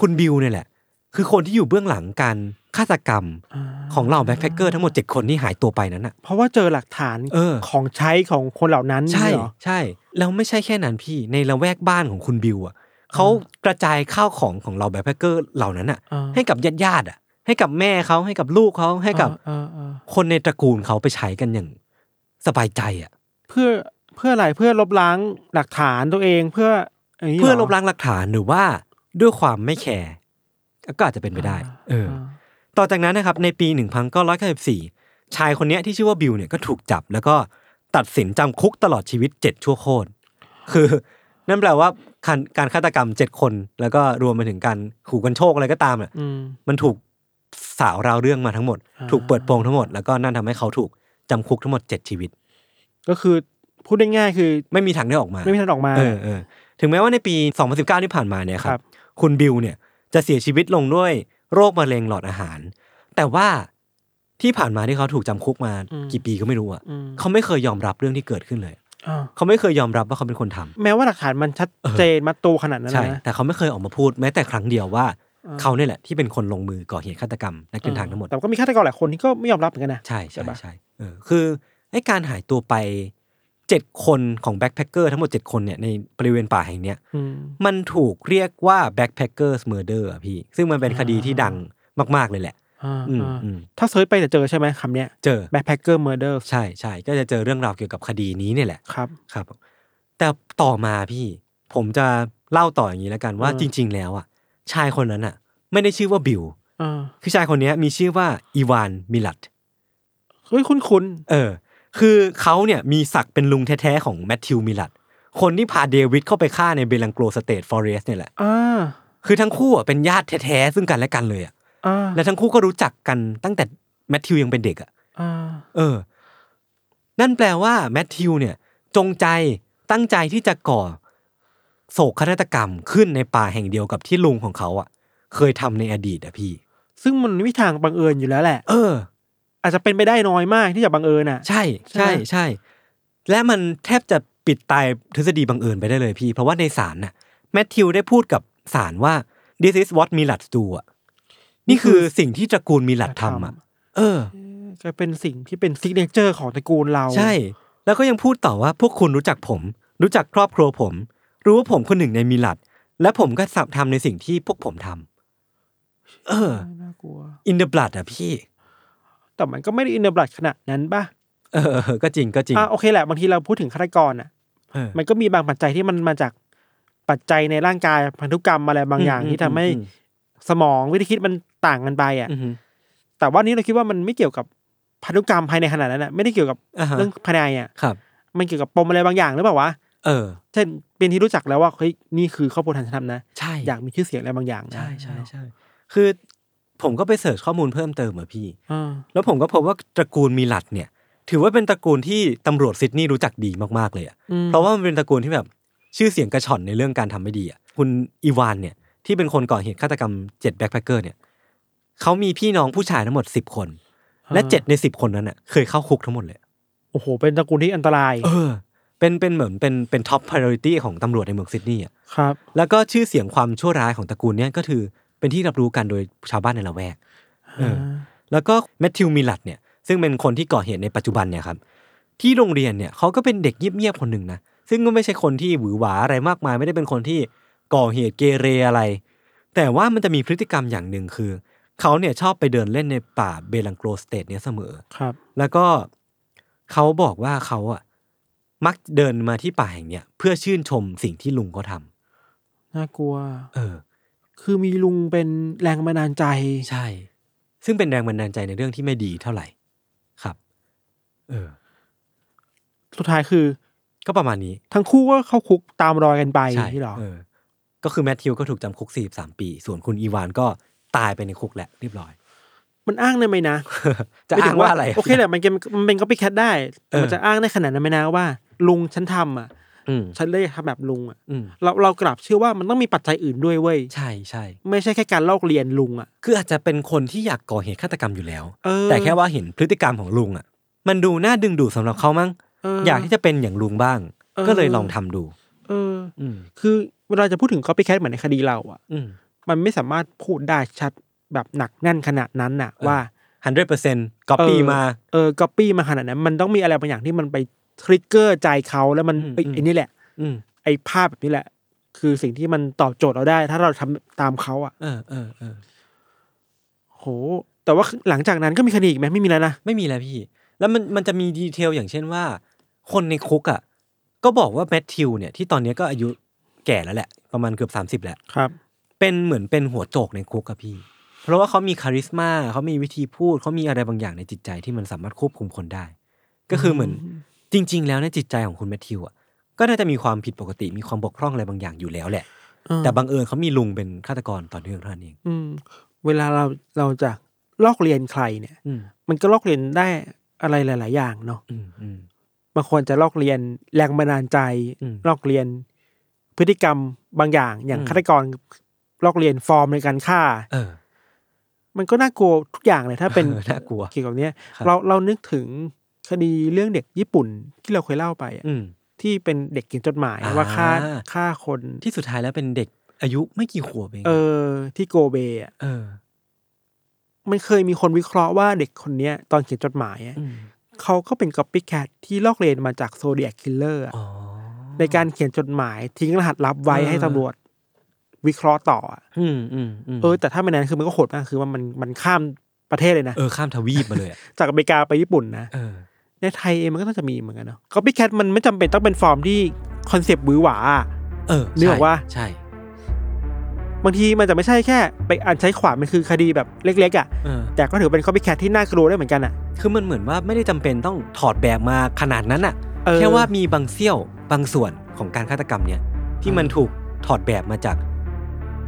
คุณบิวเนี่ยแหละ คือคนที่อยู่เบื้องหลังการฆาตกรรม อ่า ของเหล่าแบ็คแพคเกอร์ทั้งหมดเจ็ดคนที่หายตัวไปนั้นน่ะ เพราะว่าเจอหลักฐาน เออ ของใช้ของคนเหล่านั้น ใช่ เนี่ยเหรอ ใช่แล้วไม่ใช่แค่นั้นพี่ในละแวกบ้านของคุณบิวอ่ะเขากระจายข้าวของของเหล่าแบ็คแพคเกอร์เหล่านั้นน่ะ อ่า ให้กับญาติญาติๆอ่ะ ให้กับแม่เขาให้กับลูกเขาให้กับ เออเออเออ คนในตระกูลเขาไปใช้กันอย่างสบายใจอ่ะ เพื่อเพื่ออะไรเพื่อลบล้างหลักฐานตัวเองเพื่ออย่างนี้หร เพื่อลบล้างหลักฐานหรือว่าด้วยความไม่แคร์ก็อาจจะเป็นไปได้ เออ า ต่อจากนั้นนะครับในปี 1994 ชายคนเนี้ยที่ชื่อว่าบิลเนี่ยก็ถูกจับ แล้วก็ตัดสินจำคุกตลอดชีวิต 7 ชั่วโคตรคือ นั่นแปลว่าการการฆาตกรรม 7 คน แล้วก็รวมไปถึงการขู่กันโชคอะไรก็ตามอ่ะ อืม มันถูกสาวราวเรื่องมาทั้งหมด อ่า ถูกเปิดโปงทั้งหมดแล้วก็นั่นทำให้เขาถูกจำคุกทั้งหมด 7 ชีวิต ก็คือพูดได้ง่ายๆคือ ไม่มีทางได้ออกมา ไม่มีทางออกมา เออเออถึงแม้ว่าในปี 2019 ที่ผ่านมาเนี่ยค ครั รับ บ คุณบิลเนี่ยจะเสียชีวิตลงด้วยโรคมะเร็งหลอดอาหาร แต่ว่าที่ผ่านมาที่เขาถูกจำคุกมากี่ปีก็ไม่รู้อ่ะ ม เขาไม่เคยยอมรับเรื่องที่เกิดขึ้นเลย อ้าว เขาไม่เคยยอมรับว่าเขาเป็นคนทำ แม้ว่าหลักฐานมันชัดเจนมาตูขนาดนั้น ใช่ นะ แต่เขาไม่เคยออกมาพูดแม้แต่ครั้งเดียวว่า อ่า เขาเนี่ยแหละที่เป็นคนลงมือก่อเหตุฆาตกรรมนักเดินทางทั้งหมด แต่ก็มีฆาตกรหลายคนที่ก็ไม่ยอมรับเหมือนกันนะ ใช่ใช่ ใช่ปะ ใช่เออคือไอ้การหายตัวไปเจ็ดคนของแบ็คแพคเกอร์ทั้งหมดเจ็ดคนเนี่ยในบริเวณป่าแห่งเนี้ย อืม มันถูกเรียกว่า backpackers murder อะพี่ ซึ่งมันเป็นคดีที่ดังมาก ๆ เลยแหละ อ่า อืม อ่า อืม ถ้าเซิร์ชไปจะเจอใช่ไหมคำเนี้ย เจอ backpacker murder ใช่ใช่ก็จะเจอเรื่องราวเกี่ยวกับคดีนี้เนี่ยแหละ ครับ ครับ แต่ต่อมาพี่ ผมจะเล่าต่ออย่างนี้แล้วกันว่า เออ จริง ๆ แล้วอ่ะ ชายคนนั้นอ่ะ ไม่ได้ชื่อว่าบิล อ่า คือชายคนเนี้ยมีชื่อว่าอีวานมิลัด เฮ้ยคุ้นคุ้น เออ คือเขาเนี่ยมีศักดิ์เป็นลุงแท้ๆของแมทธิวมิลัดคนที่พาเดวิดเข้าไปฆ่าในเบลังโกลสเตทฟอเรสเนี่ยแหละ ๆอ่า คือทั้งคู่อะเป็นญาติแท้ๆซึ่งกันและกันเลยอ่ะ อ่า และทั้งคู่ก็รู้จักกันตั้งแต่แมทธิวยังเป็นเด็กอ่ะ อ่า เออ นั่นแปลว่าแมทธิวเนี่ย จงใจตั้งใจที่จะก่อ โศกนาฏกรรมขึ้นในป่าแห่งเดียวกับที่ลุงของเขาอ่ะ เคยทำในอดีตอ่ะพี่ ซึ่งมันไม่มีทางบังเอิญอยู่แล้วแหละ เออ อาจจะเป็นไปได้น้อยมากที่จะบังเอิญอ่ะ ใช่ใช่ใชใช่ และมันแทบจะปิดตายทฤษฎีบังเอิญไปได้เลยพี่ เพราะว่าในศาลน่ะแมทธิวได้พูดกับศาลว่า this is what มิลัดดูอ่ะนี่คือสิ่งที่ตระกูลมิลัดทำอ่ะ เออ ก็เป็นสิ่งที่เป็นซิกเนเจอร์ของตระกูลเรา ใช่ แล้วก็ยังพูดต่อว่าพวกคุณรู้จักผม รู้จักครอบครัวผม รู้ว่าผมคนหนึ่งในมิลัด และผมก็สับทำในสิ่งที่พวกผมทำเออ น่า ากลัว อินเด b l บลัดอะพี่ แต่มันก็ไม่ได้อินเดบลัดขนาดนั้นป่ะ เออ ก็จริงก็จริง อ่ะโอเคแหละบางทีเราพูดถึงฆาตกรอ่ะ เออ มันก็มีบางปัจจัยที่มันมาจากปัจจัยในร่างกายพันธุกรรมอะไรบางอย่าง อืม ที่ทำให้ อืม สมองวิธีคิดมันต่างกันไปอ่ะ อือฮึ แต่ว่านี้เราคิดว่ามันไม่เกี่ยวกับพันธุกรรมภายในขนาดนั้นอ่ะไม่ได้เกี่ยวกับ อ่าฮะ เรื่องภายในอ่ะ ครับ มันเกี่ยวกับปมอะไรบางอย่างหรือเปล่าวะ เออ เช่นเป็นที่รู้จักแล้วว่าเฮ้ยนี่คือครอบครัวทางธรรมนะ ใช่ อยากมีชื่อเสียงอะไรบางอย่างนะ ใช่ใช่ใช่คือผมก็ไปเสิร์ชข้อมูลเพิ่มเติมอะพี่ อ่า แล้วผมก็พบว่าตระกูลมิลัดเนี่ย ถือว่าเป็นตระกูลที่ตำรวจซิดนีย์รู้จักดีมากๆเลยอะ อืม เพราะว่ามันเป็นตระกูลที่แบบชื่อเสียงกระชอนในเรื่องการทำไม่ดีอ่ะคุณอีวานเนี่ยที่เป็นคนก่อเหตุฆาตกรรมเจ็ดแบ็คแพคเกอร์เนี่ยเขามีพี่น้องผู้ชายทั้งหมดสิบคน และเจ็ดในสิบคนนั้นอ่ะเคยเข้าคุกทั้งหมดเลย โอ้โห เป็นตระกูลที่อันตราย เออ เป็นเป็นเหมือนเป็นเป็นท็อปพาราตี้ของตำรวจในเมืองซิดนีย์อ่ะ ครับ แล้วก็ชื่อเสียงความชั่วร้ายของตระกูลเนี่ยก็คือเป็นที่รับรู้กันโดยชาวบ้านในละแวก เออ แล้วก็แมทธิวมิลัดเนี่ยซึ่งเป็นคนที่ก่อเหตุในปัจจุบันเนี่ยครับที่โรงเรียนเนี่ยเขาก็เป็นเด็กเงียบๆคนหนึ่งนะซึ่งก็ไม่ใช่คนที่หวือหวาอะไรมากมาย ไม่ได้เป็นคนที่ก่อเหตุเกเรอะไร แต่ว่ามันจะมีพฤติกรรมอย่างหนึ่งคือ เขาเนี่ยชอบไปเดินเล่นในป่าเบลังโกรสเตทเนี่ยเสมอ ครับ แล้วก็เขาบอกว่าเขาอ่ะมักเดินมาที่ป่าแห่งเนี่ยเพื่อชื่นชมสิ่งที่ลุงเขาท น่ากลัว ำเออ คือมีลุงเป็นแรงบันดาลใจ ใช่ ซึ่งเป็นแรงบันดาลใจในเรื่องที่ไม่ดีเท่าไหร่ครับ เออ สุดท้ายคือ ก็ประมาณนี้ ทั้งคู่ก็เข้าคุกตามรอยกันไป ใช่ นี่หรอ เออ ก็คือแมทธิวก็ถูกจำคุก 43 ปี ส่วนคุณอีวานก็ตายไปในคุกแหละเรียบ ร้อย มันอ้างได้ไหมนะ จะอ้าหมยถึ งว่าอะไร โอเคแหละมันเป็นมันเป็นก็ไปแคทได้แต่มัเอนอ จะอ้างได้ขนาดนั้นไหมนะว่า ลุงฉันทำอ่ะ อืม ฉันเลยทำแบบลุงอ่ะ อืม เราเรากลับเชื่อว่ามันต้องมีปัจจัยอื่นด้วยเว้ย ใช่ใช่ ไม่ใช่แค่การลอกเรียนลุงอ่ะ คืออาจจะเป็นคนที่อยากก่อเหตุฆาตกรรมอยู่แล้ว เออ แต่แค่ว่าเห็นพฤติกรรมของลุงอ่ะ มันดูน่าดึงดูดสำหรับเขามั้ง เ อยากที่จะเป็นอย่างลุงบ้าง เออ ก็เลยลองทำดู เออ อืม คือเวลาจะพูดถึง copycat เหมือนในคดีเราอ่ะ อืม มันไม่สามารถพูดได้ชัดแบบหนักแน่นขนาดนั้นน่ะ เออ ว่า ฮันเดรเปอร์เซนต์ก๊อปปี้มา เออ copy มาขนาดนั้น มันต้องมีอะไรบางอย่างที่มันไปทริกเกอร์ใจเขาแล้วมัน อืม เอ้ย อืม ไอ้นี่แหละ อืม ไอ้ภาพแบบนี้แหละ คือสิ่งที่มันตอบโจทย์เราได้ ถ้าเราทำตามเขาอ่ะ เออเออเออ โห แต่ว่าหลังจากนั้นก็มีคดีอีกไหมไม่มีแล้วนะ ไม่มีแล้วพี่ แล้วมันมันจะมีดีเทลอย่างเช่นว่า คนในคุกอ่ะก็บอกว่าแมทธิวเนี่ยที่ตอนเนี้ยก็อายุแก่แล้วแหละ ประมาณเกือบ 30 แล้ว ครับ เป็นเหมือนเป็นหัวโจกในคุกอะพี่ เพราะว่าเขามีคาริสมาเขามีวิธีพูดเขามีอะไรบางอย่างในจิตใจที่มันสามารถควบคุมคนได้ ก็คือเหมือนจริง ๆ แล้วในจิตใจของคุณแมทธิวอ่ะก็น่าจะมีความผิดปกติมีความบกพร่องอะไรบางอย่างอยู่แล้วแหละ แต่บังเอิญเขามีลุงเป็นฆาตกรต่อเนื่องเท่านั้นเอง อืมเวลาเราเราจะลอกเรียนใครเนี่ย อืม มันก็ลอกเรียนได้อะไรหลาย ๆ อย่างเนาะ อืมอืม บางคนจะลอกเรียนแรงบันดาลใจ อืม ลอกเรียนพฤติกรรมบางอย่าง อย่าง อืม ฆาตกรลอกเรียนฟอร์มในการฆ่า เออ มันก็น่ากลัวทุกอย่างเลยถ้าเป็น เออน่ากลัว เกี่ยวกับเนี้ย ครับ เราเรานึกถึงคดีเรื่องเด็กญี่ปุ่นที่เราเคยเล่าไปอะ อืม ที่เป็นเด็กเขียนจดหมาย อ่า ว่าฆ่าฆ่าคน ที่สุดท้ายแล้วเป็นเด็กอายุไม่กี่ขวบเอง เออที่โกเบอะ เออ มันเคยมีคนวิเคราะห์ว่าเด็กคนเนี้ยตอนเขียนจดหมายอะเขาก็เป็น copycat ที่ลอกเรียนมาจากโซเดียคิลเลอร์ อ๋อ ในการเขียนจดหมายทิ้งรหัสลับไว้ เออ ให้ตำรวจ วิเคราะห์ต่ออะ อืมอืมอืม เออ แต่ถ้าไม่นั้นคือมันก็โหดมากคือว่ามันมันข้ามประเทศเลยนะ เออ ข้ามทวีปมาเลยอะ จากอเมริกาไปญี่ปุ่นนะ เออ ในไทยเองมันก็น่าจะมีเหมือนกันเนาะก็พี่แคทมันไม่จำเป็นต้องเป็นฟอร์มที่คอนเซปต์บือหวาอะ เออ นึกออกปะ ใช่ บางทีมันจะไม่ใช่แค่ไปอ่านใช้ขวานมันคือคดีแบบเล็ก ๆ อ่ะ เออ แต่ก็ถือเป็นคอปปี้แคทที่น่ากลัวได้เหมือนกันอ่ะ คือมันเหมือนว่าไม่ได้จำเป็นต้องถอดแบบมาขนาดนั้นอะ เออ แค่ว่ามีบางเสี้ยวบางส่วนของการฆาตกรรมเนี่ย ที่ เออ มันถูกถอดแบบมาจาก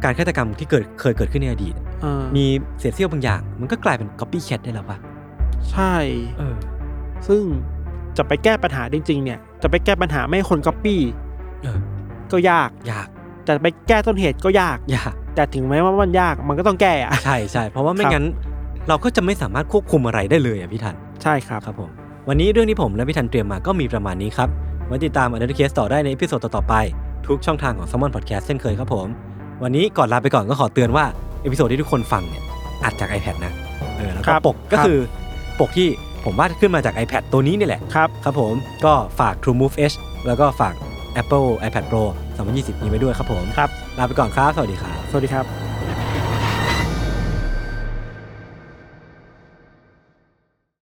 การฆาตกรรมที่เกิดเคยเกิดขึ้นในอดีตอะ เออ มีเศษเสี้ยวบางอย่าง มันก็กลายเป็น copy cat ได้แล้วปะ ใช่ เออ ซึ่งจะไปแก้ปัญหาจริง ๆ เนี่ย จะไปแก้ปัญหาไม่ให้คนก๊อปปี้ เออ ก็ยาก ยาก แต่ไปแก้ต้นเหตุก็ยาก ยาก แต่ถึงแม้ว่ามันยากมันก็ต้องแก้อะ ใช่ใช่เพราะว่าไม่ ครับ งั้น เราก็จะไม่สามารถควบคุมอะไรได้เลยอ่ะพี่ทัน ใช่ครับ ครับผมวันนี้เรื่องที่ผมและพี่ทันเตรียมมาก็มีประมาณนี้ครับไว้ติดตามอันเดอร์เคสต่อได้ในอีพิโซดต่อๆไป ทุกช่องทางของ s ซ m มอนพอดแคสต์เช่นเคยครับผม วันนี้ก่อนลาไปก่อนก็ขอเตือนว่าอีพิโซดที่ทุกคนฟังเนี่ยอัดจาก iPad นะเออแล้ว ค ก็ รับ ปกก็ ครับ คือปกที่ผมวาดขึ้นมาจาก iPad ตัวนี้นี่แหละ ครับ ครับผมก็ฝาก True Move Edge แล้วก็ฝาก Apple iPad Pro 2020 นี้ไว้ด้วยครับผม ครับ ลาไปก่อนครับ สวัสดีครับ สวัสดีครับ Thank